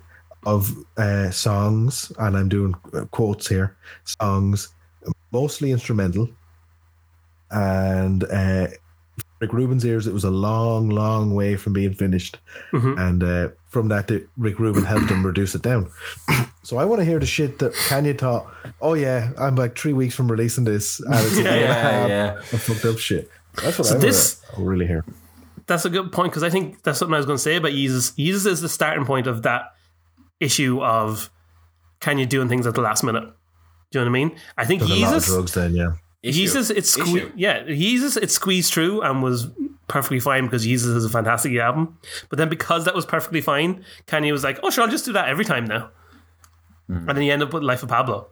C: of uh, songs, and I'm doing uh, quotes here, songs mostly instrumental, and uh, Rick Rubin's ears, it was a long, long way from being finished.
A: Mm-hmm.
C: And uh, from that, the- Rick Rubin helped him reduce it down. so I want to hear the shit that Kanye thought, oh, yeah, I'm like three weeks from releasing this. And
A: [LAUGHS]
C: it's
A: Yeah,
B: yeah, yeah.
C: fucked up shit. That's what I
A: this-
C: want to Oh, really hear.
A: That's a good point because I think that's something I was going to say about Yeezus. Yeezus is the starting point of that issue of can you doing things at the last minute? Do you know what I mean? I think
C: There's a lot of
A: Yeezus,
C: drugs then, yeah.
A: Yeezus, it's
B: Issue.
A: sque- yeah, Yeezus, it squeezed through and was perfectly fine because Yeezus is a fantastic album. But then because that was perfectly fine, Kanye was like, "Oh sure, I'll just do that every time now,"
B: Hmm.
A: and then you end up with Life of Pablo.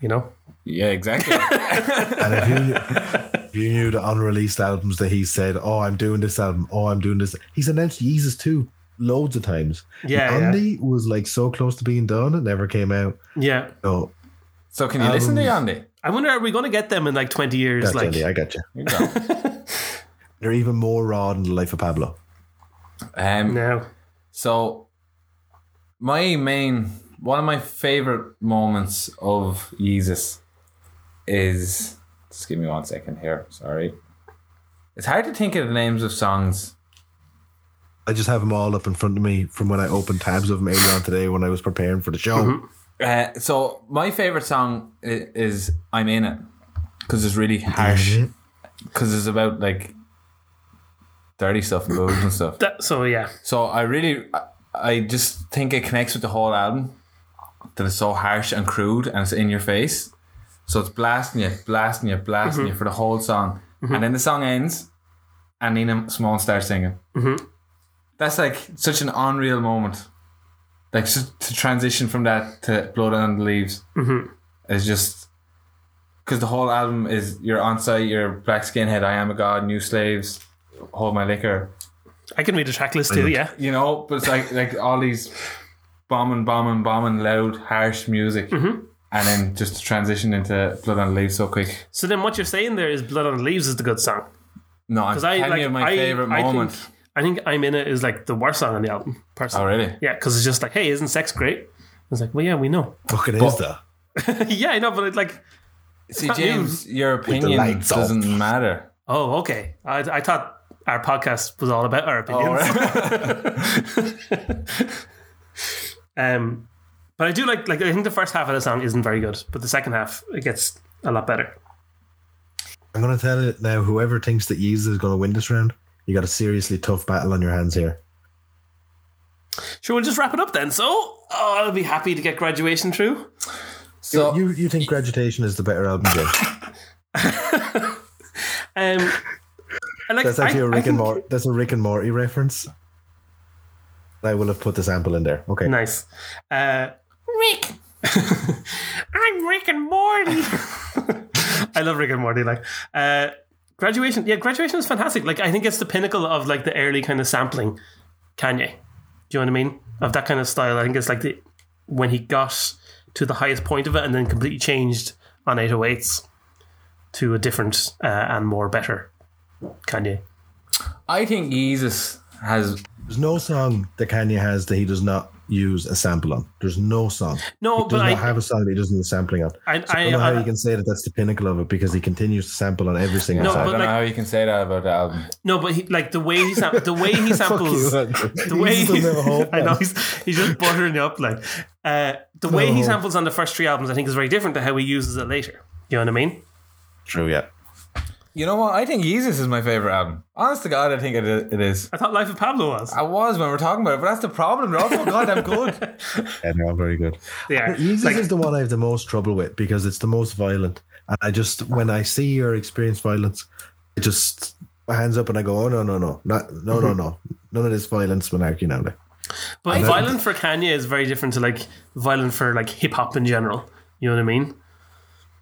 A: You know,
B: Yeah, exactly.
C: And if you, if you knew the unreleased albums that he said, oh, I'm doing this album, oh, I'm doing this, he's announced Yeezus too loads of times.
A: Yeah, yeah.
C: Andy was like so close to being done, it never came out.
A: yeah.
C: So,
B: [LAUGHS] so can you listen to Yandy?
A: I wonder are we going to get them in like twenty years?
C: that's
A: like,
C: Andy, I got you.
B: Here you go.
C: They're even more raw than the life of Pablo.
B: Um,
A: no,
B: So, my main, one of my favorite moments of Yeezus is. Just give me one second here. Sorry. It's hard to think of the names of songs.
C: I just have them all up in front of me from when I opened tabs of them earlier on today when I was preparing for the show.
A: Mm-hmm.
B: Uh, so, my favorite song i- is I'm In It because it's really harsh.
C: Mm-hmm.
B: Because it's about like dirty stuff and boobs and stuff.
A: that, so yeah,
B: So I really, I- I just think it connects with the whole album. That it's so harsh and crude, and it's in your face. So it's blasting you, blasting you, blasting you for the whole song, and then the song ends, and Nina Simone starts singing. That's like such an unreal moment. Like s to transition from that to Blood on the Leaves is just because the whole album is you're on site, you're black skinhead, I am a god, new slaves, hold my liquor
A: I can read a track list too. Yeah,
B: you know, but it's like like all these bombing, bombing, bombing, loud, harsh music,
A: Mm-hmm.
B: and then just to transition into Blood on the Leaves so quick.
A: So then, what you're saying there is "Blood on the Leaves" is the good song
B: No, I'm
A: because I
B: telling
A: like
B: you my
A: I,
B: favorite
A: I
B: moment.
A: Think, I think "I'm in It" is like the worst song on the album. Personally,
B: oh, really?
A: yeah, because it's just like, hey, isn't sex great? It's like, well, yeah, we know.
C: Fuck it is though.
A: [LAUGHS] yeah, I know, but it's like,
B: See,
A: not
B: James, your opinion
C: lights off.
B: doesn't matter.
A: oh, okay. I, I thought our podcast was all about our
C: Oh,
A: opinions. [LAUGHS] um, but I do like like I think the first half of the song isn't very good, but the second half it gets a lot better.
C: I'm gonna tell it now. Whoever thinks that Yeezus is gonna win this round, you got a seriously tough battle on your hands here.
A: Sure, we'll just wrap it up then. So, oh, I'll be happy to get graduation through. Oh.
B: So
C: You you think Graduation is the better album? James?
A: Um, I like,
C: That's actually
A: I- I
C: a Rick and
A: think-
C: Morty. That's a Rick and Morty reference. I will have put the sample in there. Okay.
A: Nice. Uh, [LAUGHS] Rick. [LAUGHS] I'm Rick and Morty. I love Rick and Morty. Like, uh, Graduation, yeah, graduation is fantastic. Like I think it's the pinnacle of like the early kind of sampling Kanye. Do you know what I mean? Of that kind of style. I think it's like the when he got to the highest point of it and then completely changed on 808s to a different uh, and more better Kanye.
B: I think Yeezus has
C: There's no song that Kanye has that he does not use a sample on. There's no song.
A: No,
C: he does
A: but
C: not
A: I-
C: have a song that he doesn't use sampling on.
A: I-
C: So I,
A: I-
C: don't know
A: I-
C: how you can say that that's the pinnacle of it because he continues to sample on every single
A: No,
B: I
C: song.
B: don't
A: But
B: know
A: like-
B: how you can say that about the album.
A: No, but he, like the way he sam- the way
C: [LAUGHS]
A: he samples the way
C: he
A: [LAUGHS] I know he's, he's just buttering up like uh, the way he samples on the first three albums I think is very different to how he uses it later. You know what I mean?
C: True, yeah.
B: You know what? I think Yeezus is my favorite album. Honest to God, I think it i- it is.
A: I thought Life of Pablo was.
B: I was when we were talking about it, but that's the problem. They're all so goddamn good.
C: Yeah, they're all very good.
A: Yeah,
C: Yeezus
A: like,
C: is the one I have the most trouble with because it's the most violent. And I just, when I see or experience violence, I just my hands up and I go, oh no, no, no, not, no,
A: Mm-hmm.
C: no, no, none of this violence monarchy now. like.
A: but violent for Kanye is very different to like violent for like hip hop in general. You know what I mean?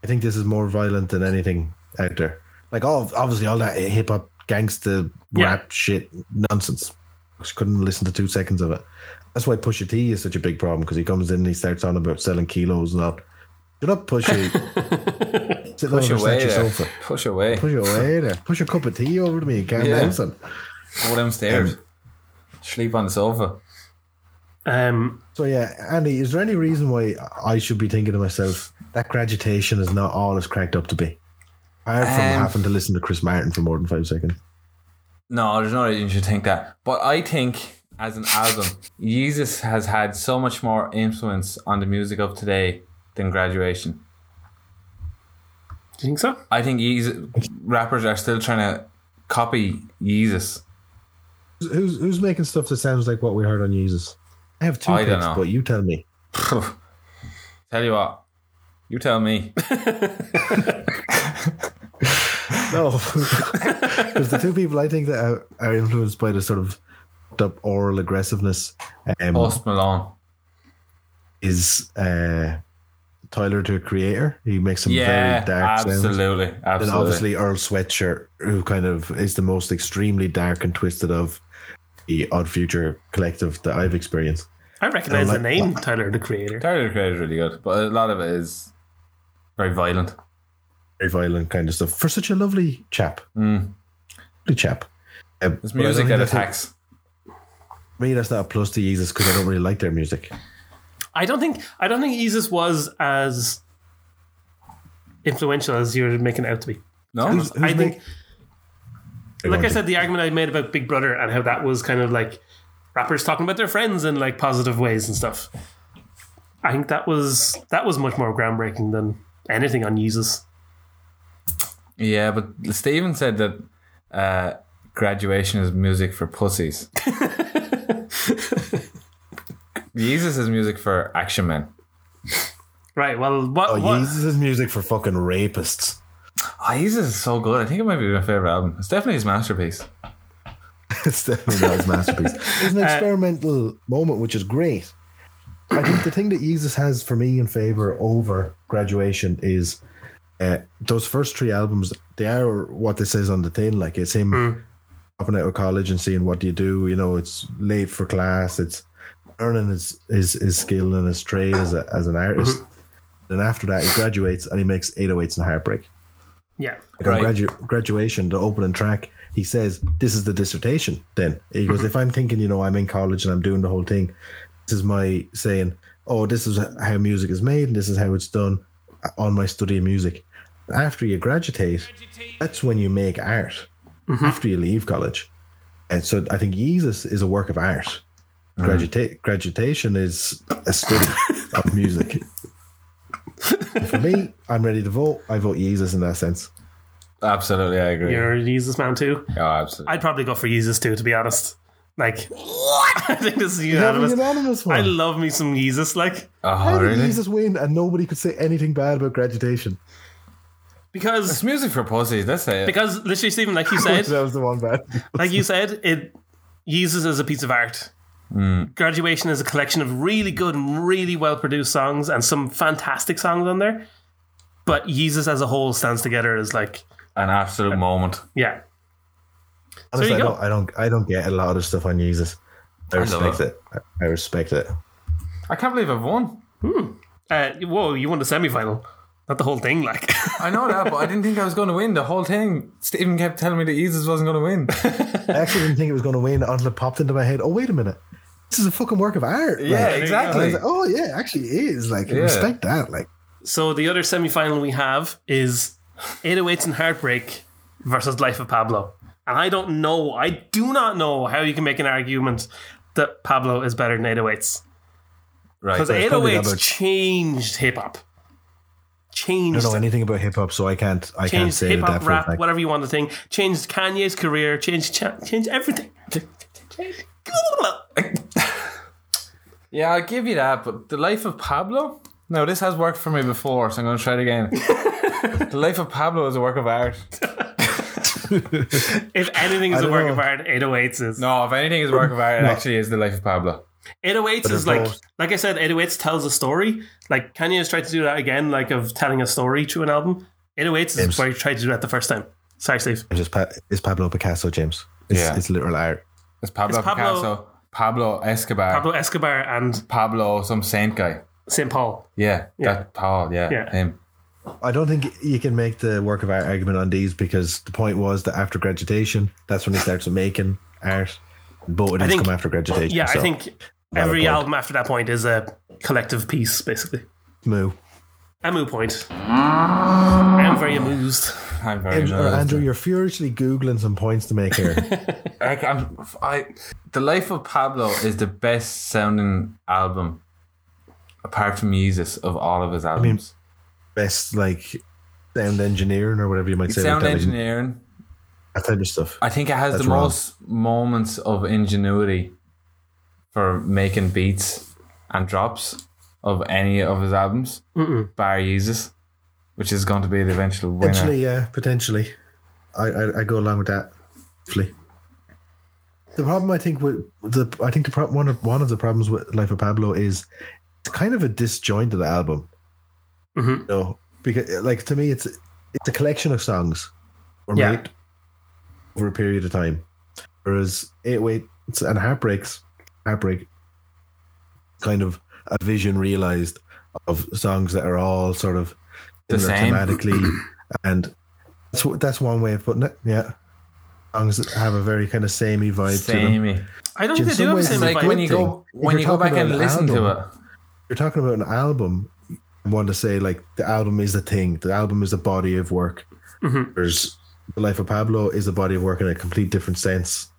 C: I think this is more violent than anything out there. Like all obviously all that hip hop gangster
A: Yeah.
C: rap shit nonsense. I just couldn't listen to two seconds of it. That's why Pusha T is such a big problem because he comes in and he starts on about selling kilos and all. Shut
A: [LAUGHS]
C: up, Pusha. Sit down
B: Push
C: on your
B: away,
C: statue
B: there.
C: sofa.
B: push away.
C: Push [LAUGHS] away there. Push a cup of tea over to me and calm
B: Yeah.
C: down, son.
B: Go downstairs.
C: Um,
B: Sleep on the sofa.
A: Um,
C: So yeah, Andy, is there any reason why I should be thinking to myself that graduation is not all it's cracked up to be? Apart from
B: Um,
C: having to listen to Chris Martin for more than five seconds.
B: No, there's no reason you should think that. But I think as an album, Yeezus has had so much more influence on the music of today than graduation.
A: do you think so?
B: I think Yeezus, rappers are still trying to copy Yeezus.
C: Who's who's making stuff that sounds like what we heard on Jesus? I have two
B: I
C: picks,
B: don't know.
C: but you tell me.
B: Tell you what, you tell
C: [LAUGHS]
B: me. [LAUGHS]
C: No, [LAUGHS] because the two people I think that are, are influenced by the sort of fucked up oral aggressiveness um,
B: Post Malone.
C: is uh, Tyler the Creator. He makes some
B: Yeah,
C: very dark sounds.
B: absolutely,
C: And
B: absolutely.
C: obviously Earl Sweatshirt, who kind of is the most extremely dark and twisted of the Odd Future collective that I've experienced.
A: I recognize
C: I
A: the
C: like
A: name Tyler the Creator.
B: Tyler the Creator is really good, but a lot of it is very violent.
C: Very violent kind of stuff for such a lovely chap.
B: Mm.
C: Lovely chap. Um,
B: It's
C: but I don't
B: music
C: think
B: that
C: that's it.
B: attacks.
C: For me, that's not a plus to Jesus because I don't really like their music.
A: I don't think I don't think Jesus was as influential as you're making it out to be.
B: No,
C: Who's- who's
A: I think
C: make-
A: like I said, the argument I made about Big Brother and how that was kind of like rappers talking about their friends in like positive ways and stuff. I think that was that was much more groundbreaking than anything on Yeezus.
B: yeah, but Steven said that uh, graduation is music for pussies. Jesus is music for action men.
A: Right. Well, what?
C: Oh,
A: what
C: Jesus is music for fucking rapists.
B: Oh, Jesus is so good. I think it might be my favorite album. It's definitely his masterpiece.
C: it's definitely not his masterpiece. It's an experimental moment, which is great. I think the thing that Jesus has for me in favor over graduation is uh, those first three albums. They are what this is on the tin. Like it's him popping out of college and seeing what do you do. You know, it's late for class. It's learning his his, his skill and his trade as a, as an artist. Then after that, he graduates and he makes 808s and Heartbreak.
A: yeah.
C: Like on
B: Right.
C: gradu- graduation, the opening track, he says, This is the dissertation. Then he goes, If I'm thinking, you know, I'm in college and I'm doing the whole thing, this is my saying, Oh, this is how music is made and this is how it's done on my study of music. After you graduate, that's when you make art after you leave college. And so I think Jesus is a work of art. Graduate, graduation is a study of music. For me, I'm ready to vote. I vote Jesus in that sense.
B: Absolutely, I agree.
A: You're a Yeezus man too.
B: oh, absolutely.
A: I'd probably go for Yeezus too, to be honest. Like, [LAUGHS] I think this is unanimous.
C: unanimous one.
A: I love me some Yeezus. Like,
B: oh,
C: How did
B: really?
C: Jesus win and nobody could say anything bad about graduation?
A: because
B: It's music for pussies. That's it.
A: because literally, Stephen, like
C: [LAUGHS]
A: you said,
C: that was the one bad.
A: like you said, it uses as a piece of art. Graduation is a collection of really good and really well produced songs and some fantastic songs on there. But Jesus as a whole stands together as like
B: an absolute moment.
A: Yeah.
C: Honestly,
A: you
C: I
A: go.
C: don't, I don't, I don't get a lot of the stuff on Jesus. I
B: I love
C: respect
B: it.
C: it. I- I respect it.
B: I can't believe I've won.
A: Uh, whoa, you won the semi final. Not the whole thing, like. [LAUGHS]
B: I know that, but I didn't think I was going to win the whole thing. Stephen kept telling me that Jesus wasn't going to win.
C: I actually didn't think it was going to win until it popped into my head. Oh wait a minute, this is a fucking work of art. Like,
B: Yeah,
C: and
B: [LAUGHS]
C: I
B: exactly.
C: was like, oh yeah, actually it is. Like I
B: Yeah.
C: respect that. Like
A: so the other semi final we have is 808s and Heartbreak versus Life of Pablo. And I don't know, I do not know how you can make an argument that Pablo is better than 808s.
B: Right.
A: Because
C: So it's probably
A: 808s
C: about-
A: changed hip hop.
C: I
A: Changed
C: don't know anything about hip hop, so I can't. I can't
A: changed
C: say
A: hip
C: that
A: hop,
C: for a
A: rap,
C: fact.
A: whatever you want to think. Changed Kanye's career. Changed cha- changed everything. [LAUGHS]
B: Yeah, I'll give you that, but the life of Pablo? No, this has worked for me before, so I'm going to try it again. the life of Pablo is a work of art.
A: If anything is a
C: don't
A: work
C: know.
A: of art, 808s is.
B: No, if anything is a work of art, it actually is the life of Pablo.
A: 808s is
C: it's
A: like,
C: both.
A: like I said, 808s tells a story. Like Kanye has tried to do that again, like of telling a story through an album. 808s is
C: James.
A: where he tried to do that the first time. Sorry, Steve.
C: It's Just pa- it's Pablo Picasso, James. It's,
B: Yeah.
C: it's literal art.
B: It's Pablo,
A: It's Pablo-
B: Picasso, Pablo Escobar, Pablo,
A: Pablo Escobar and
B: some saint guy.
A: St. Paul.
B: Yeah, that Paul, yeah,
A: Yeah.
B: him.
C: I don't think you can make the work of art argument on these because the point was that after graduation, that's when he starts making art. Both of these
A: think-
C: come after graduation.
A: Yeah,
C: so,
A: I think
C: a
A: every
C: point.
A: album after that point is a collective piece, basically.
C: moo.
A: A moo point.
B: Ah.
A: I am very amused.
B: I'm very
C: Andrew,
B: nervous.
C: uh, Andrew, you're furiously googling some points to make here.
A: [LAUGHS]
B: I, I'm, I, the life of Pablo is the best sounding album, apart from Jesus, of all of his albums.
C: Best like sound engineering or whatever you might say.
B: Sound
C: like that,
B: engineering.
C: That type of stuff.
B: I think it has
C: That's
B: the
C: wrong.
B: most moments of ingenuity for making beats and drops of any of his albums, bar Jesus, which is going to be the eventual winner.
C: Potentially, yeah, potentially. I, I I go along with that. Hopefully. The problem I think with the I think the pro- one of one of the problems with Life of Pablo is it's kind of a disjointed album.
A: Mhm.
C: You know, because like to me it's it's a collection of songs were
A: Yeah.
C: made over a period of time. Whereas eight waits and heartbreaks heartbreak kind of a vision realized of songs that are all sort of
B: The
C: similar
B: same. [CLEARS THROAT]
C: thematically, and that's what that's one way of putting it. Yeah, songs that have a very kind of samey vibe to them.
B: Samey.
A: I don't
C: In
A: think they
C: some
A: do have the
C: ways
A: same
C: it's
B: Like
A: vibe.
B: when you
C: thing.
B: go
C: If
B: when
C: you're
B: you go back
C: talking
B: and
C: about
B: listen to
C: an
B: it.
C: album, You're talking about an album. I want to say like the album is the thing. The album is the body of work.
B: Mm-hmm.
C: There's the life of Pablo is a body of work in a complete different sense.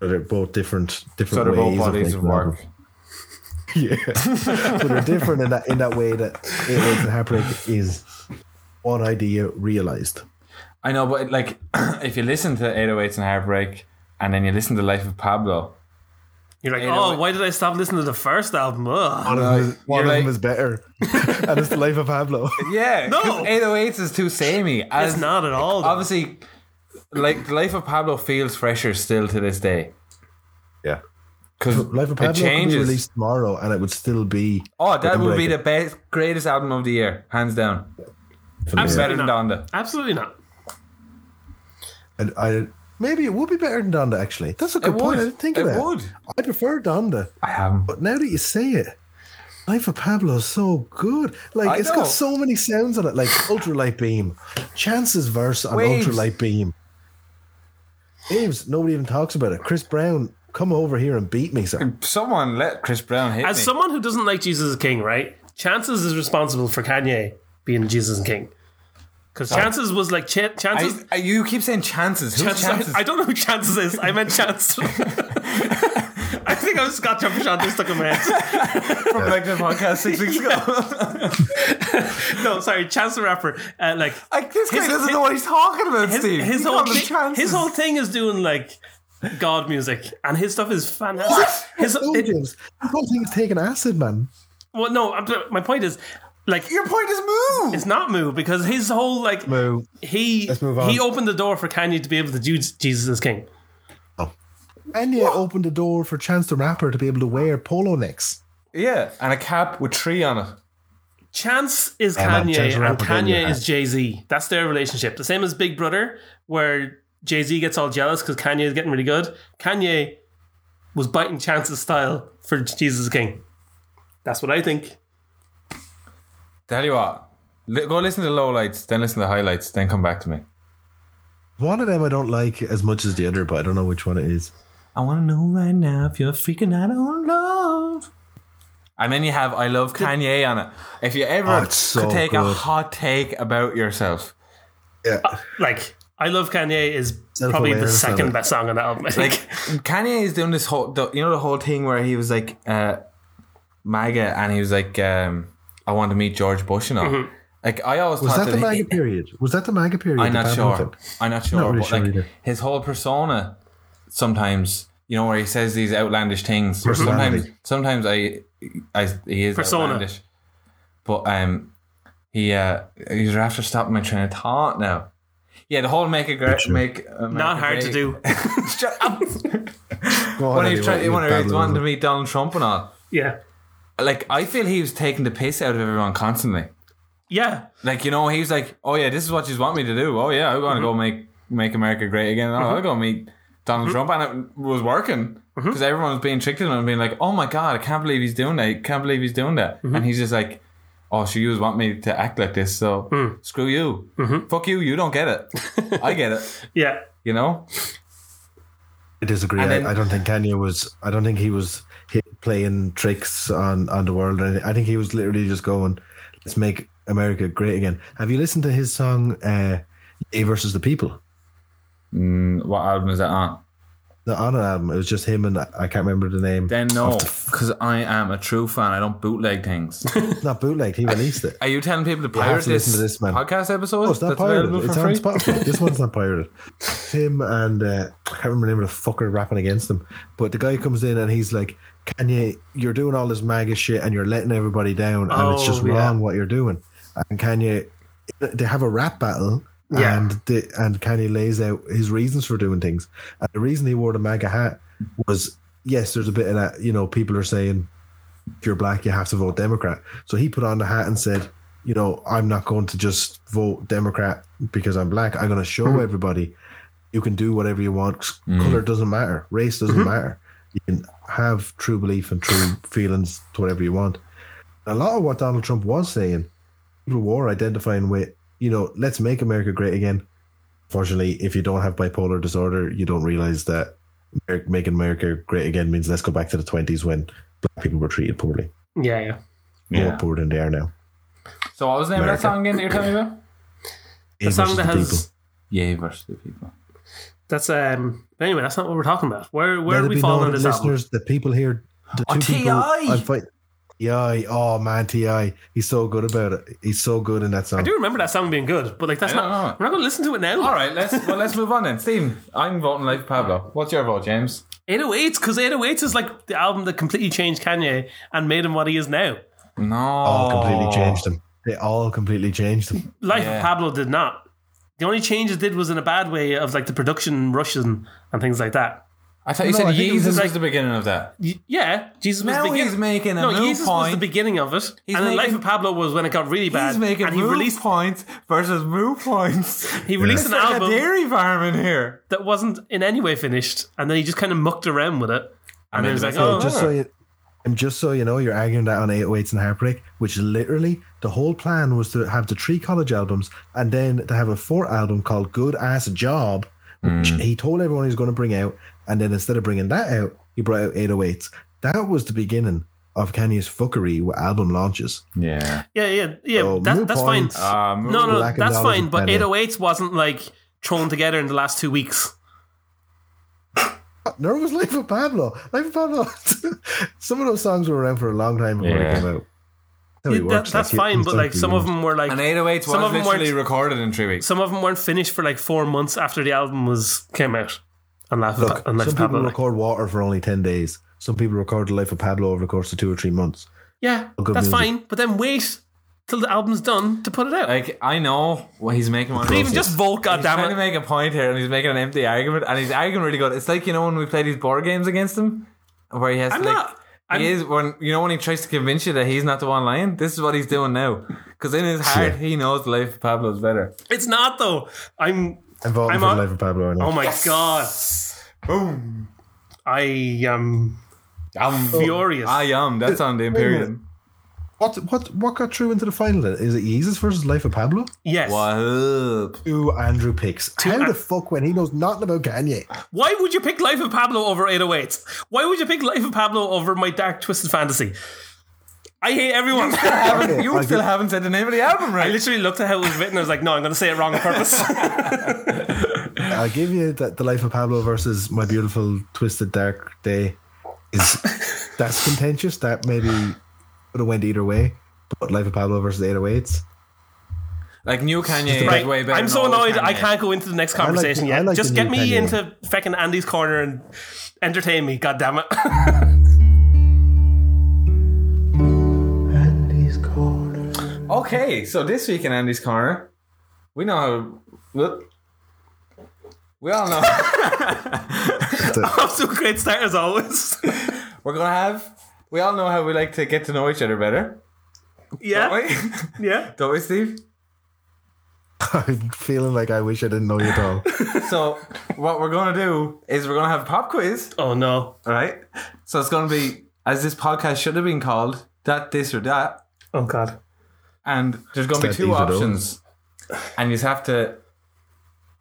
C: But they're both different,
B: So
C: different
B: they're both
C: ways of,
B: bodies
C: making
B: of
C: an album.
B: work.
C: [LAUGHS] Yeah, but they're different in that in that way that it was and heartbreak is one idea realized.
B: I know, but like [CLEARS THROAT] if you listen to 808s and Heartbreak and then you listen to Life of Pablo,
A: You're like,
B: You know,
A: oh, why did I stop listening to the first album? Ugh.
C: One,
B: No,
C: of, them is,
B: you're
C: one of them
B: like-
C: is better, [LAUGHS] and it's the life of Pablo.
B: yeah,
A: No!
B: 'cause 808s is too samey.
A: It's
B: As
A: not at all. though.
B: obviously, like the Life of Pablo feels fresher still to this day.
C: Yeah,
B: Because
C: life of Pablo
B: it
C: could be
B: changes.
C: released tomorrow, and it would still be
B: oh, that would be
C: Breaker.
B: the best, greatest album of the year, hands down.
A: Absolutely
B: Better than
A: not.
B: Donda.
A: Absolutely not.
C: And I maybe it would be better than Donda. Actually, that's a good point. I didn't think
B: it
C: of that.
B: would.
C: I prefer Donda,
B: I haven't.
C: but now that you say it. Life of Pablo is so good. Like
B: I
C: it's
B: know.
C: got so many sounds on it, like ultralight beam, chances verse on
B: Waves.
C: ultralight beam. Ames, nobody even talks about it. Chris Brown, come over here and beat
B: [LAUGHS]
C: me, sir.
B: Someone let Chris Brown hit
A: As
B: me.
A: someone who doesn't like Jesus is King, right? Chances is responsible for Kanye being Jesus is King. Because Chances was like, ch- Chances.
B: I, I- you keep saying chances. Who's
A: Chances,
B: chances?
A: I, I don't know who Chances is. I meant Chance. [LAUGHS] I think I was Scott Jumper Chances stuck in my head. [LAUGHS]
B: from like the podcast six weeks ago.
A: No, sorry, Chance the rapper. Uh, [LAUGHS] like
B: like this guy
A: His-
B: doesn't know what he's talking about,
A: his,
B: Steve.
A: his
B: You
A: whole
B: call them
A: thi-
B: chances.
A: his whole thing is doing like God music, and his stuff is fantastic. His
C: No,
A: it-
C: James, the whole thing's taking acid, man.
A: well, no, I'm- my point is like
B: Your point is move.
A: It's not Moo because his whole like
C: Moo.
A: he
C: Let's move on.
A: he opened the door for Kanye to be able to do Jesus is King.
C: And you opened the door for Chance the Rapper to be able to wear polo necks.
B: yeah, and a cap with tree on it.
A: Chance is
C: Yeah, man,
A: Kanye
C: Chance the
A: and
C: Rapper gave me
A: Kanye
C: that.
A: is Jay Z. That's their relationship. The same as Big Brother, where Jay Z gets all jealous because Kanye is getting really good. Kanye was biting Chance's style for Jesus is King. That's what I think.
B: Tell you what, li- go listen to the lowlights, then listen to the highlights, then come back to me.
C: One of them I don't like as much as the other, but I don't know which one it is.
B: I want to know right now if you're freaking out on love. And then you have I love Kanye on it. If you ever
C: Oh, it's so
B: could take a
C: good.
B: hot take about yourself,
C: Yeah.
A: Like, I Love Kanye is probably the
C: Self-awareness of
A: second
C: it.
A: best song on that album. I
B: like
A: think.
B: Kanye is doing this whole, the, you know, the whole thing where he was like, uh, MAGA, and he was like, um, I want to meet George Bush and all. Like I always
C: Mm-hmm. Was
B: thought
C: that the MAGA
B: he-
C: period? Was that the MAGA period?
B: I'm
C: The
B: not
C: Bad
B: sure.
C: Mountain?
B: I'm not sure.
C: really
B: but
C: sure
B: like
C: either.
B: his whole persona, sometimes you know where he says these outlandish things.
C: Personality.
B: Sometimes, sometimes I, I he is
A: Persona.
B: outlandish. But um, he uh, he's after stopping my train of thought now. Yeah, the whole make a great make
A: [LAUGHS]
B: America
A: Not hard to
B: great- [LAUGHS]
A: do.
C: [LAUGHS]
B: Shut up. when
C: Go on,
B: he
C: anyway,
B: was trying,
C: you
B: when he was
C: babble
B: wanting to
C: on.
B: meet Donald Trump and all.
A: Yeah.
B: Like I feel he was taking the piss out of everyone constantly.
A: Yeah.
B: Like you know, he's like, "Oh yeah, this is what you want me to do. Oh yeah, I want to
C: Mm-hmm.
B: go make make America great again. Oh, I'll go meet Donald Trump." And it was working
C: Mm-hmm.
B: because everyone was being tricked into it and being like, "Oh my god, I can't believe he's doing that. I can't believe he's doing that."
C: Mm-hmm.
B: And he's just like, "Oh, so you just want me to act like this? So
C: Mm.
B: screw you.
C: Mm-hmm.
B: Fuck you. You don't get it. I get
C: [LAUGHS]
B: it.
A: Yeah.
B: You know."
C: I disagree.
B: And then-
C: I, I don't think Kanye was. I don't think he was hit playing tricks on on the world. or anything. I think he was literally just going, "Let's make America great again." Have you listened to his song uh, "A versus the People"?
B: Mm, what album is that on?
C: The on an album, it was just him and I I can't remember the name.
B: Then no, because I am a true fan. I don't bootleg
C: [LAUGHS]
B: things.
C: It's not bootleg. He released it.
B: Are you telling people to
C: have
B: pirate
C: to
B: this,
C: listen to this, man.
B: podcast episode?
C: Oh, it's not
B: that's
C: pirated.
B: available
C: It's
B: for
C: on
B: free?
C: Spotify. this one's not pirated. It's Him and uh, I can't remember the name of the fucker rapping against him, but the guy comes in and he's like, "Kanye, you're doing all this MAGA shit and you're letting everybody down, and it's
A: Oh,
C: just
A: yeah.
C: wrong what you're doing." And Kanye, they have a rap battle,
A: Yeah.
C: and the, and Kanye lays out his reasons for doing things. And the reason he wore the MAGA hat was yes, there's a bit of that. You know, people are saying if you're black, you have to vote Democrat. So he put on the hat and said, you know, I'm not going to just vote Democrat because I'm black. I'm going to show everybody you can do whatever you want. Color doesn't matter. Race doesn't matter. You can have true belief and true feelings to whatever you want. A lot of what Donald Trump was saying, people were identifying with, you know, let's make America great again. Fortunately, if you don't have bipolar disorder, you don't realize that Amer- making America great again means let's go back to the 20s when black people were treated poorly,
A: Yeah. Yeah.
B: Yeah.
C: more poor than they are now.
B: So what was the name of that
C: America.
B: song again that you're telling me [LAUGHS] about?
A: The song
C: Versus
A: that
C: the people.
A: has.
B: Yay versus the people.
A: That's um. but Anyway, that's not what we're talking about. Where
C: Let
A: where are
C: it
A: we
C: be
A: falling
C: known
A: on
C: to
A: this album?
C: listeners, the people here, the
B: Oh,
C: two people
B: T.I..
C: I'm fight- Ti, oh man, Ti, he's so good about it. He's so good in that
A: I
C: song.
A: do remember that song being good, but like that's
B: I
A: not.
B: don't know.
A: We're not going to listen to it now.
B: All right, let's well let's move on then. Stephen, I'm voting like Pablo. What's your vote, James?
A: 808s, because 808s is like the album that completely changed Kanye and made him what he is now.
B: No,
A: Oh,
C: All
B: Oh.
C: completely changed them. They all completely changed them.
A: Life
B: Yeah.
A: of Pablo did not. The only change it did was in a bad way of like the production rushes and, and things like that.
B: I thought you
C: No,
B: said
C: I think it was
B: Yeezus was
A: like-
B: the beginning of that.
A: Y- yeah, Jesus was
B: Now
A: the begin-
B: he's making a
A: no,
B: new
A: Jesus was
B: point.
A: the beginning of it, and then
B: making-
A: Life of Pablo was when it got really bad.
B: He's making
A: and he
B: move
A: released
B: points versus move points.
A: [LAUGHS] he released
B: It's
A: an
B: like a
A: album
B: dairy farm in here.
A: that wasn't in any way finished, and then he just kind of mucked around with it. And
B: mean,
A: then he's like,
B: that's
A: "Oh,
B: it.
C: Just so you, and just so you know, you're arguing that on 808s and Heartbreak, which literally the whole plan was to have the three college albums and then to have a fourth album called Good Ass Job, which
A: Mm.
C: he told everyone he was going to bring out. And then instead of bringing that out, he brought out 808s. That was the beginning of Kanye's fuckery with album launches.
B: Yeah.
A: yeah, yeah, yeah."
C: So,
A: that,
C: Oh, moot
A: that's
C: points.
A: fine.
B: Uh,
A: No, no,
C: Black and
A: that's
C: Dollars
A: fine.
C: of
A: But
C: Kanye.
A: 808s wasn't like thrown together in the last two weeks.
C: Nor was Life of Pablo. Life of Pablo. [LAUGHS] some of those songs were around for a long time before
B: Yeah.
C: they came out. That's how it
A: Yeah,
C: works,
A: that- that's
C: like, you-
A: fine, but like some of
C: you-
A: them were like
B: And 808 was
A: Some of them weren't-
B: literally recorded in three weeks.
A: some of them weren't finished for like four months after the album was came out. And Life of,
C: Look,
A: and Life
C: some
A: of
C: people
A: Pablo. like-
C: record Water for only 10 days. Some people record The Life of Pablo over the course of two or three months.
A: yeah,
C: good
A: that's
C: music.
A: fine. But then wait till the album's done to put it out.
B: Like I know what he's making. One of
A: Even
B: those-
A: just vote,
B: He's trying to
A: goddammit.
B: make a point here, and he's making an empty argument, and he's arguing really good. It's like you know when we play these board games against him, where he has
A: I'm
B: to like
A: not- I'm-
B: he is when you know when he tries to convince you that he's not the one lying. This is what he's doing now, because in his heart he knows the life of Pablo is better.
A: It's not though. I'm.
C: I'm voting
A: I'm
C: for
A: on-
C: the life of Pablo.
A: Oh
C: Anyway.
A: my god.
B: Boom!
A: I um, am
B: I'm
A: furious.
B: I am. That's on the Imperium.
C: What what what got through into the final? Then? Is it Jesus versus Life of Pablo?
A: yes.
B: What up?
C: Two Andrew picks. How the fuck when he knows nothing about Kanye?
A: Why would you pick Life of Pablo over 808s? Why would you pick Life of Pablo over my Dark Twisted Fantasy? I hate [LAUGHS] everyone. I
C: Okay,
B: You
C: I
B: still
C: get-
B: haven't said the name of the album, right?
A: literally looked at how it was written. I was like, no, I'm going to say [LAUGHS] it wrong on purpose.
C: I'll give you that the life of Pablo versus my beautiful twisted dark day
A: [LAUGHS]
C: is that's contentious. That maybe would have went either way. But life of Pablo versus 808s.
B: Like new Kanye
A: Right.
B: is way better.
A: I'm
B: than
A: so
B: old
A: annoyed
B: Kanye.
A: I can't go into the next
C: like
A: conversation
C: the- I
A: yet.
C: like
A: Just
C: the
A: get
C: new
A: me
C: Kanye.
A: into fucking Andy's corner and entertain me, God damn it! [LAUGHS]
B: Okay, so this week in Andy's corner, we know how. Look, we all know [LAUGHS]
A: Off to a great start as always. [LAUGHS]
B: we're gonna have. We all know how we like to get to know each other better,
A: yeah.
B: don't we? [LAUGHS]
A: Yeah.
B: don't we, Steve?
C: [LAUGHS] I'm feeling like I wish I didn't know you at all.
B: So what we're gonna do is we're gonna have a pop quiz,
A: Oh no.
B: all right? So it's gonna be as this podcast should have been called that this or that,
A: Oh god.
B: and there's gonna be
C: That
B: two
C: these or those.
B: options, and you just have to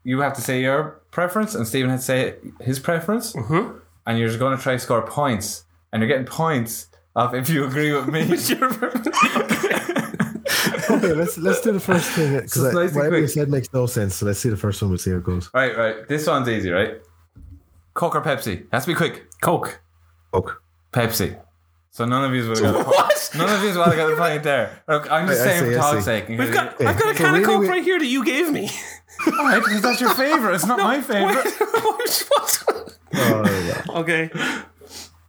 B: you have to say your preference, and Stephen had to say his preference,
A: Mhm.
B: and you're just gonna try to score points, and you're getting points of if you agree with
A: [LAUGHS]
B: me.
C: okay, let's let's do the first thing because
B: Just nice and
C: whatever you
B: quick.
C: said makes no sense. So let's see the first one. We'll see how it goes.
B: right, right. This one's easy, right? Coke or Pepsi? Has to be quick.
A: Coke.
C: Okay.
B: Pepsi. So none of you would have got a point. None of you would have got a point there. Look, I'm just
C: I- I
B: saying
C: see,
B: for
C: I
B: talk's
C: see.
B: sake.
A: I've got,
C: Yeah.
A: I've got a
C: So
A: can of
C: really
A: Coke
C: we-
A: right here that you gave me. [LAUGHS]
B: Alright, because that's your favorite. It's not my favorite.
C: Oh,
A: okay.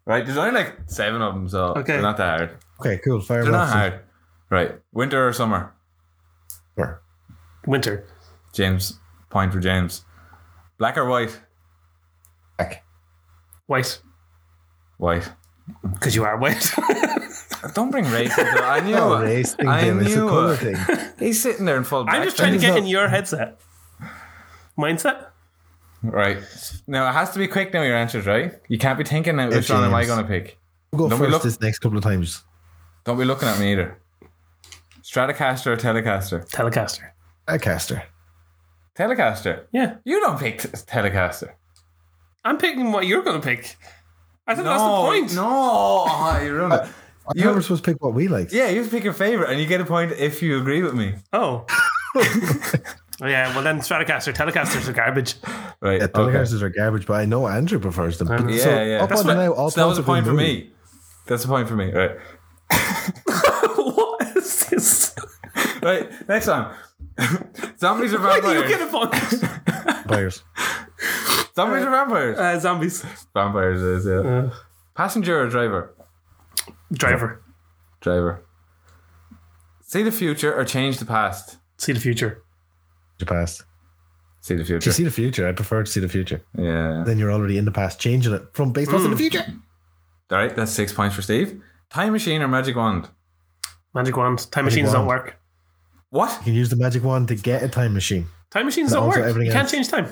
B: Right, there's only like seven of them, so
A: Okay.
B: they're not that hard.
C: okay, cool. Fire
B: They're not
C: them
B: hard. Right, winter or summer?
C: Sure.
A: Winter.
B: James, point for James. Black or white?
C: Back.
A: White.
B: White.
A: Because you are white.
B: Don't bring race into [LAUGHS] it. I knew
C: Oh,
B: it.
C: race thing,
B: I
C: Tim. It's a
B: knew uh,
C: color
B: it.
C: thing.
B: He's sitting there in full
A: [LAUGHS]
B: black.
A: I'm just trying to
C: is
A: get
C: not-
A: in your headset. Mindset?
B: Right. Now, it has to be quick now, your answers, right? You can't be thinking, now, which one am I
C: James.
B: going to pick?
C: We'll go
B: Don't we
C: first
B: look-
C: this next couple of times.
B: Don't be looking at me either. Stratocaster or Telecaster?
A: Telecaster.
C: A Uh, caster.
B: Telecaster.
A: Yeah.
B: You don't pick t- Telecaster.
A: I'm picking what you're going to pick. I thought that's the point.
B: No, oh, you ruined it.
C: I
B: You-
C: thought we were supposed to pick what we like.
B: Yeah, you pick your favorite, and you get a point if you agree with me.
A: Oh. oh, yeah. Well, then Stratocaster. Telecasters are garbage.
B: Right.
C: Yeah,
B: okay.
C: Telecasters are garbage, but I know Andrew prefers them. But
B: Yeah,
C: so
B: yeah.
C: Up
B: That's
C: on
A: what-
C: now, all
B: So that was a
C: points have
B: point for
C: been moved.
B: me. That's a point for me. Right.
A: what is this?
B: Right. Next one. [LAUGHS] zombies or
A: Why do you
B: vampires?
A: get a point?
C: Buyers.
B: zombies or vampires?
A: Uh, zombies.
B: vampires is yeah. Passenger or driver?
A: Driver.
B: Driver. See the future or change the past?
A: See the future.
C: The past.
B: See the
C: To
B: future.
C: see the future, I prefer to see the future.
B: yeah.
C: Then you're already in the past, changing it from based
B: Hmm.
C: off of the future.
B: All right. That's six points for Steve. Time machine or magic wand?
A: Magic wand. Time machines don't
C: wand.
A: work.
B: What?
C: You can use the magic wand to get a time machine.
A: Time machines
C: No,
A: don't
C: so
A: work. You
C: everything
A: can't
C: else.
A: change time.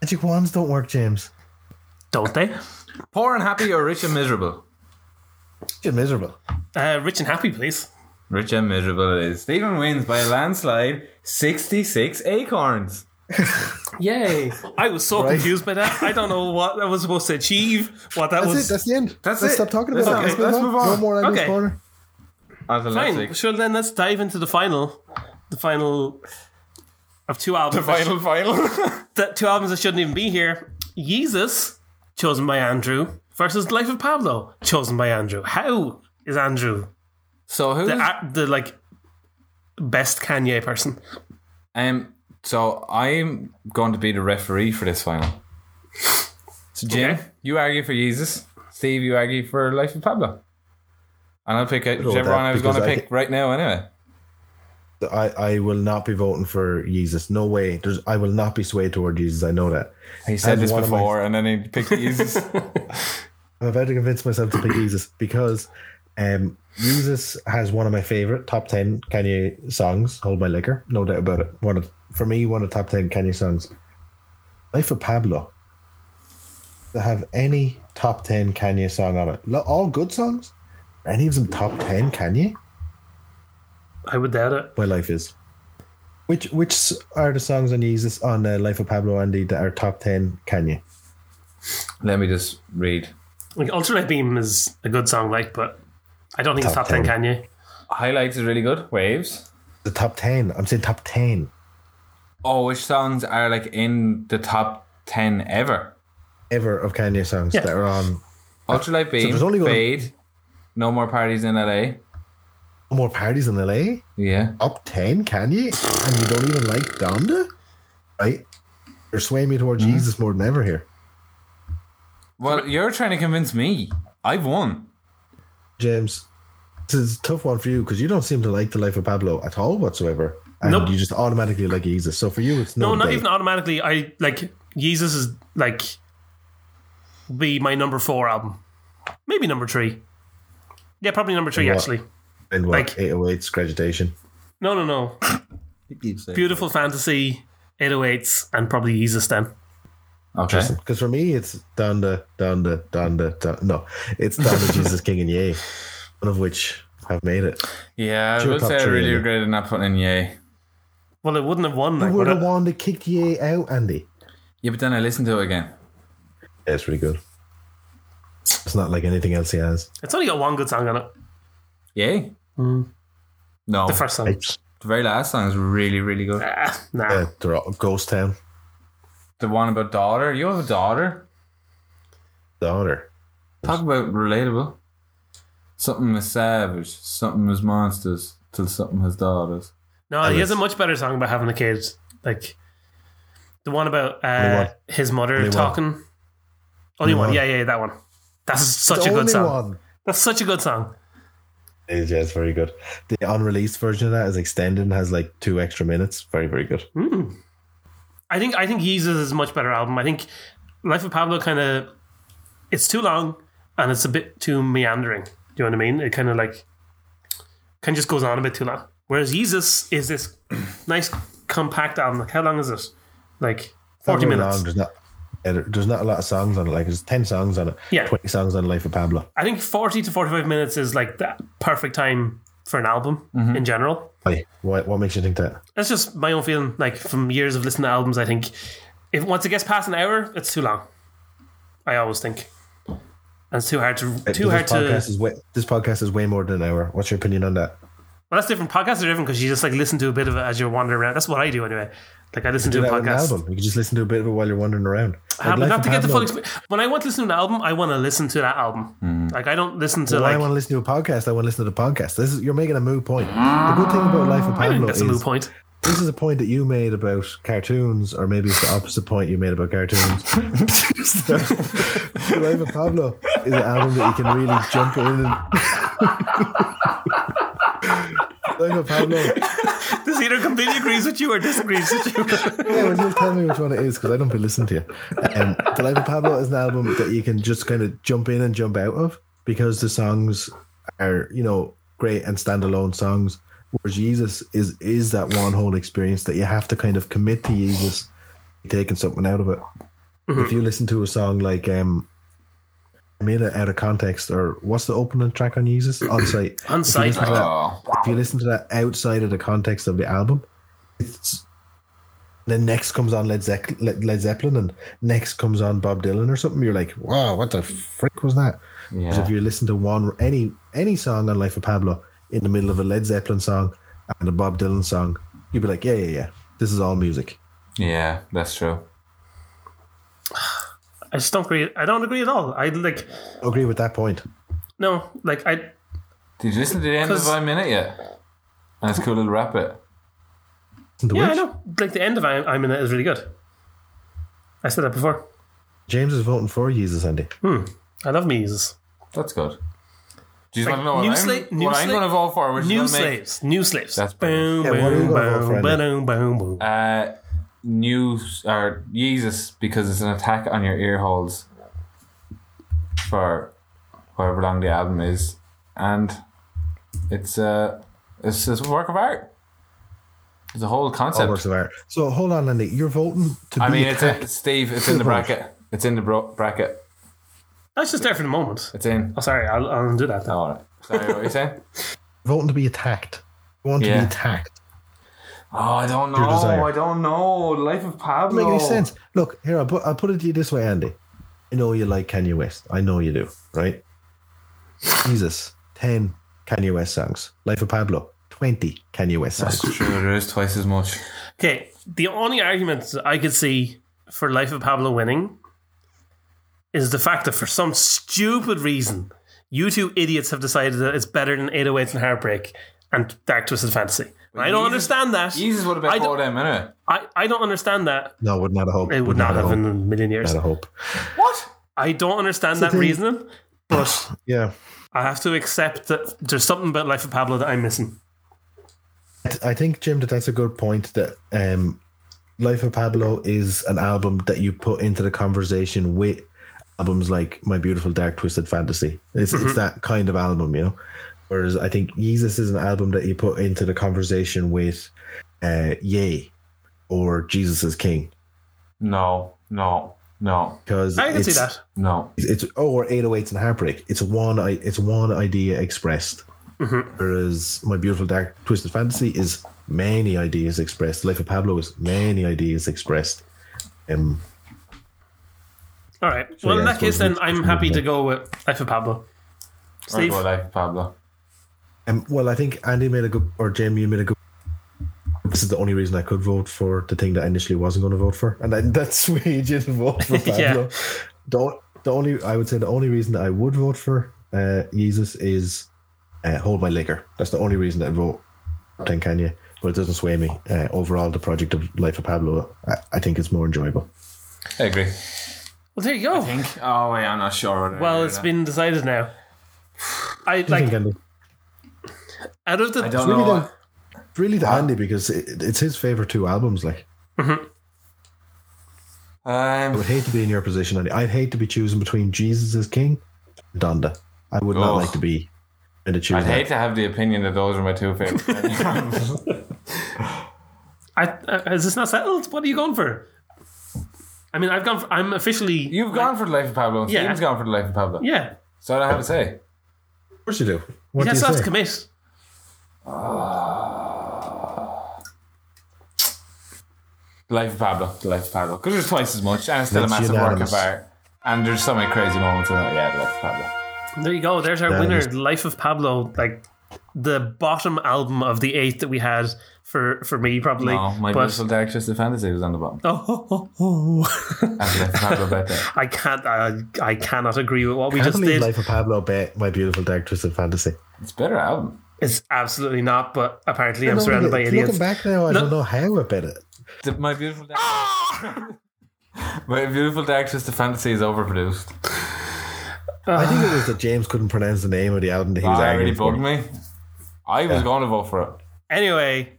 C: Magic wands don't work, James.
A: Don't they?
B: Poor and happy or rich and miserable?
C: You're miserable.
A: Uh, rich and happy, please.
B: Rich and miserable it is. Stephen wins by a landslide, 66 acorns.
A: Yay. I was so
C: Right.
A: confused by that. I don't know what I was supposed to achieve, what that
C: That's
A: was.
C: it. That's the end.
B: That's
C: Let's
B: it.
C: stop talking
B: Let's
C: about it.
B: not-
C: Let's, move,
B: let's
C: on.
B: move on.
C: No more Andy's
A: Okay.
C: corner.
B: Until next
A: Fine.
B: week.
A: Sure, then let's dive into the final. The final of two albums. that
B: final.
A: that two albums that shouldn't even be here. Jesus, chosen by Andrew, versus Life of Pablo, chosen by Andrew. How is Andrew
B: so who?
A: the, a- the like best Kanye person?
B: um. So I'm going to be the referee for this final. So Jim,
A: Okay.
B: you argue for Jesus. Steve, you argue for Life of Pablo. And I'll pick out
C: with
B: whichever
C: that
B: one I was going to
C: because I
B: pick
C: think-
B: right now. Anyway,
C: I, I will not be voting for Jesus. No way. There's, I will not be swayed toward Jesus. I know that.
B: he said
C: And
B: this
C: one of my- [LAUGHS]
B: before, and then he picked Jesus.
C: I'm about to convince myself to pick Jesus because um, Jesus has one of my favorite top 10 Kanye songs, Hold My Liquor, no doubt about it. One of, for me, one of the top 10 Kanye songs. Life of Pablo. To have any top 10 Kanye song on it, Lo- all good songs, any of them top 10 Kanye?
A: I would doubt it.
C: My life is. Which which s- are the songs on Jesus on uh, Life of Pablo Andy that are top 10 Kanye?
B: Let me just read.
A: Like Ultra Beam is a good song, like, but I don't think
C: Top
A: it's top 10
C: ten.
A: Kanye.
B: Highlights is really good. Waves.
C: The top 10. I'm saying top 10.
B: Oh, which songs are like in the top ten ever?
C: ever of Kanye songs
A: Yeah.
C: that are um, on
B: Ultralight Beam,
C: there's only one-
B: Fade, No More Parties in LA.
C: more parties in LA.
B: Yeah.
C: Up ten Kanye, and you don't even like Donda, right? You're swaying me towards
A: Hmm?
C: Jesus more than ever here.
B: Well, you're trying to convince me. I've won.
C: James, this is a tough one for you because you don't seem to like the life of Pablo at all whatsoever, and
A: Nope.
C: you just automatically like Jesus. So for you, it's no,
A: No, not
C: debate.
A: even automatically. I like Jesus is like be my number four album, maybe number three. Yeah, probably number three
C: what?
A: actually.
C: And what,
A: like-
C: 808's Credutation.
A: No, no, no.
C: [LAUGHS]
A: Beautiful fantasy, 808s, and probably Jesus then.
C: Oh,
B: Okay.
C: Because for me, it's Donda, Donda, Donda, Donda. No, it's Donda, Jesus, King, and Yay, one of which have made it.
B: Yeah, I
C: Sure,
B: would
C: top
B: say I
C: three,
B: really
C: yeah.
B: regretted not putting in Yay.
A: Well, it wouldn't have won. Like, uh,
C: You were
A: would
C: the
A: it?
C: one that kicked Yay out, Andy.
B: Yeah, but then I listened to it again.
C: Yeah, it's really good. It's not like anything else he has.
A: It's only got one good song on it.
B: Yay? No.
A: Mm. The first song.
C: It's
B: The very last song is really, really good.
A: Ah, nah.
C: uh, they're all- Ghost Town
B: The one about daughter. You have a daughter?
C: daughter.
B: Talk about relatable. Something was savage. Something was monsters. Till something has daughters.
A: No, he has a much better song about having a kid. Like the one about
C: Only
A: uh,
C: one.
A: his mother
C: Only one.
A: talking. Only one.
C: one.
A: Yeah, yeah, yeah, that one. That's such
C: The
A: a good
C: only
A: song.
C: one.
A: That's such a good song.
C: It is, yeah, it's very good. The unreleased version of that is extended and has like two extra minutes. Very, very good.
A: I think I think Jesus is a much better album. I think Life of Pablo kind of it's too long and it's a bit too meandering. Do you know what I mean? It kind of like kind of just goes on a bit too long. Whereas Jesus is this [CLEARS THROAT] nice compact album. Like how long is it? Like
C: Not
A: forty
C: very
A: minutes.
C: long, There's not, yeah, there- there's not a lot of songs on it. Like there's 10 songs on it,
A: Yeah.
C: 20 songs on Life of Pablo.
A: I think 40 to 45 minutes is like the perfect time for an album
C: Mm-hmm.
A: in general.
C: Why? Why, what makes you think that?
A: That's just my own feeling, like from years of listening to albums. I think if once it gets past an hour, it's too long. I always think. And it's too hard to, too
C: this
A: hard to.
C: podcast is way, This podcast is way more than an hour. What's your opinion on that?
A: well, that's different. Podcasts are different because you just like listen to a bit of it as you're wandering around. That's what I do anyway. Like I listen
C: Do
A: to a
C: that with an
A: podcast.
C: album. You can just listen to a bit of it while you're wandering around.
A: Ah,
C: Like,
A: but
C: Life
A: not
C: of
A: to get the
C: Pablo,
A: full experience. When I want to listen to an album, I want to listen to that album. Like I don't listen to
C: Why I
A: like.
C: want to listen to a podcast. I want to listen to the podcast. This is you're making a moot point. The good thing about Life of
A: I
C: Pablo
A: think [LAUGHS] that's
C: is
A: a moot point.
C: this is a point that you made about cartoons, or maybe it's the opposite point you made about cartoons.
A: [LAUGHS]
C: [LAUGHS] The Life of Pablo is an album that you can really jump in. And... [LAUGHS] Life of Pablo. Yeah,
A: This either completely agrees with you or disagrees with
C: [LAUGHS]
A: you.
C: well, you'll tell me which one it is because I don't be listening to you. Um, the Life of Pablo is an album that you can just kind of jump in and jump out of because the songs are, you know, great and standalone songs. Whereas Jesus is is that one whole experience that you have to kind of commit to Jesus, taking something out of it.
A: Mm-hmm.
C: If you listen to a song like um, I made it out of context, or what's the opening track on Jesus on site?
A: On Sight,
C: If you listen to that-
B: Oh.
C: if you listen to that outside of the context of the album, it's then next comes on Led, Zepp- Led Led Zeppelin and next comes on Bob Dylan or something. You're like, wow, what the frick was that? Because
B: Yeah.
C: if you listen to one any any song on Life of Pablo in the middle of a Led Zeppelin song and a Bob Dylan song, you'd be like, yeah, yeah, yeah, this is all music.
B: Yeah, that's true.
A: I just don't agree. I don't agree at all. I like
C: Agree with that point.
A: no, like I
B: Did you listen to the end of
A: 'Cause-
B: I Minute yet? That's cool little rap it.
C: The
A: yeah, I
C: Witch.
A: know. Like the end of I'm, I'm in it is really good. I said that before.
C: James is voting for Jesus, Andy.
A: I love Mises.
B: That's good. Do you want to know
A: new
B: what, I'm,
A: sla- new
B: what I'm
A: sla-
B: going to vote for? Which
A: New
B: is gonna make,
A: slaves, new slaves.
B: That's
A: boom,
B: brilliant.
C: Yeah, what are you
A: boom,
C: gonna vote for,
A: boom,
C: Andy?
A: boom, boom, boom.
B: uh, new or Jesus because it's an attack on your ear holes. for however long the album is, and it's uh, it's just a work of art. It's a whole
C: All
B: concept.
C: works of art. So hold on, Andy. You're voting to
B: I
C: be
B: mean, it's
C: attacked. [LAUGHS]
B: in, Steve. It's in the bracket. It's in the bro- bracket.
A: That's just there for the moment.
B: It's in.
A: Oh, sorry, I'll, I'll undo that. Then.
B: Oh, all right. Sorry, what were you
C: [LAUGHS]
B: saying?
C: voting to be attacked. You want to
B: Yeah.
C: be attacked.
B: Oh, I don't know.
C: Your desire.
B: I don't know. The life of Pablo.
C: Doesn't Make any sense? Look here. I'll put, I'll put it to you this way, Andy. I know you like Kanye West. I know you do. Right? Jesus, ten Kanye West songs. Life of Pablo, twenty Kanye West songs.
B: Sure, there is twice as much.
A: Okay, the only argument I could see for Life of Pablo winning is the fact that for some stupid reason, you two idiots have decided that it's better than 808s and Heartbreak and Dark Twisted Fantasy. And I don't
B: Jesus-
A: understand that.
B: Jesus would have
A: I
B: been
A: don't-
B: called in minute.
A: I, I don't understand that.
C: No, would not have hope.
A: It would not have in a million years.
C: Not a hope.
B: What?
A: I don't understand that
C: thing.
A: reasoning,
C: [SIGHS]
A: but
C: Yeah.
A: I have to accept that there's something about Life of Pablo that I'm missing.
C: I- I think Jim that that's a good point that um Life of Pablo is an album that you put into the conversation with albums like My Beautiful Dark Twisted Fantasy. It's
A: Mm-hmm.
C: it's that kind of album, you know. Whereas I think Jesus is an album that you put into the conversation with uh Yay or Jesus is King
B: No, no, no,
C: because
A: I can see
C: it's-
A: that.
B: no.
C: it's oh, or 808s and heartbreak it's one i- it's one idea expressed whereas my beautiful dark twisted fantasy is many ideas expressed life of pablo is many ideas expressed um
A: All right. well,
C: yeah,
A: in
C: I
A: that case,
C: suppose
A: then
C: it's-
A: I'm
C: it's
A: happy to
C: moving
A: go with Life of Pablo.
B: Or
A: Steve,
B: go life of Pablo.
C: um, well i think andy made a good or jim you made a good this is the only reason I could vote for the thing that I initially wasn't going to vote for, and I, [LAUGHS] that's why you didn't vote
A: [LAUGHS]
C: for Pablo.
A: Yeah.
C: Don't the only I would say the only reason that I would vote for uh, Jesus is uh, hold my liquor. That's the only reason that I vote Ten Kanye, but it doesn't sway me. Uh, overall, the project of Life of Pablo, I, I think it's more enjoyable.
B: I agree.
A: well, there you go.
B: Think? Oh, wait, I'm not sure. whether I
A: Well,
B: agree
A: it's
B: with
A: been decided now. [SIGHS] I
C: I
A: like
C: think Andy.
A: out of the
B: that. I don't
C: Really
B: know.
C: don't- It's really
A: Ah.
C: the Andy because it, it's his favorite two albums. Like I
B: Um,
C: would hate to be in your position, Andy. I'd hate to be choosing between Jesus as King, and Donda. I would not
B: Ugh.
C: like to be in the choose.
B: I'd
C: that.
B: hate to have the opinion that those are my two [LAUGHS] favorites.
A: I, uh, is this not settled? What are you going for? I mean, I've gone. For, I'm officially.
B: You've gone for the life of Pablo, and
A: Yeah.
B: Steve's gone for the life of Pablo.
A: yeah.
B: So I don't have to say.
C: Of course you do.
A: you
C: What do
A: just
C: you
A: have
C: say?
A: to commit.
B: The life of Pablo, the life of Pablo. Because there's twice as much, and it's still
C: That's
B: a massive
C: unanimous.
B: work of art. And there's so many crazy moments in it. Yeah, the life of Pablo.
A: There you go. There's our
C: Yeah,
A: winner,
C: just-
A: Life of Pablo. Like the bottom album of the eight that we had for for me probably.
B: Oh, my
A: but,
B: beautiful dark twisted fantasy was on
A: [LAUGHS]
B: the bottom.
A: oh, ho, ho, ho.
B: And the life of Pablo better.
A: Oh. [LAUGHS] I can't. I, I cannot agree with what we
C: I
A: just
C: believe
A: did.
C: Life of Pablo Bay, My Beautiful Dark Twisted Fantasy.
B: It's a better album.
A: It's absolutely not. But apparently, I'm surrounded by idiots.
C: Looking back now, I
A: No.
C: don't know how I bet it.
B: The- my beautiful dark. [LAUGHS] my beautiful dark twisted fantasy is overproduced.
A: Ah.
C: I think it was that James couldn't pronounce the name of the album that he was
B: that Ah, really
C: arguing for.
B: bugged me. I was going to vote for it.
A: Anyway,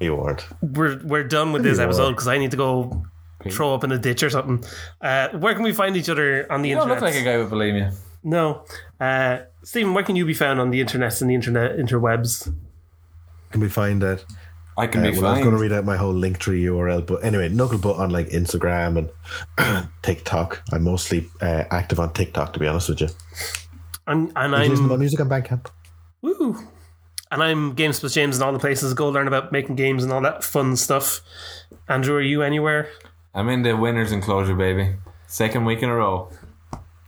C: You weren't.
A: we're we're done with this
C: you
A: episode
C: are.
A: because I need to go throw up in a ditch or something. Uh, where can we find each other on the
B: You don't
A: internet?
B: look like a guy with bulimia.
A: no, uh, Stephen, where can you be found on the internet and the internet interwebs?
C: Can we find that?
B: I can
C: Uh,
B: be
C: well, I was going to
B: fine.
C: read out my whole link tree URL, but anyway, Knucklebutt on like Instagram and [CLEARS THROAT] TikTok. I'm mostly uh, active on TikTok, to be honest with you.
A: And, and
C: i
A: I'm
C: my music on Bandcamp.
A: woo, and I'm Games with James and all the places. Go learn about making games and all that fun stuff. Andrew, are you anywhere?
B: I'm in the winner's enclosure, baby. Second week in a row.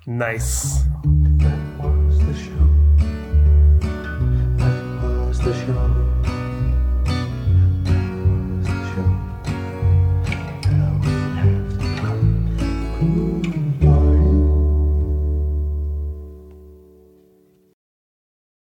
A: Nice.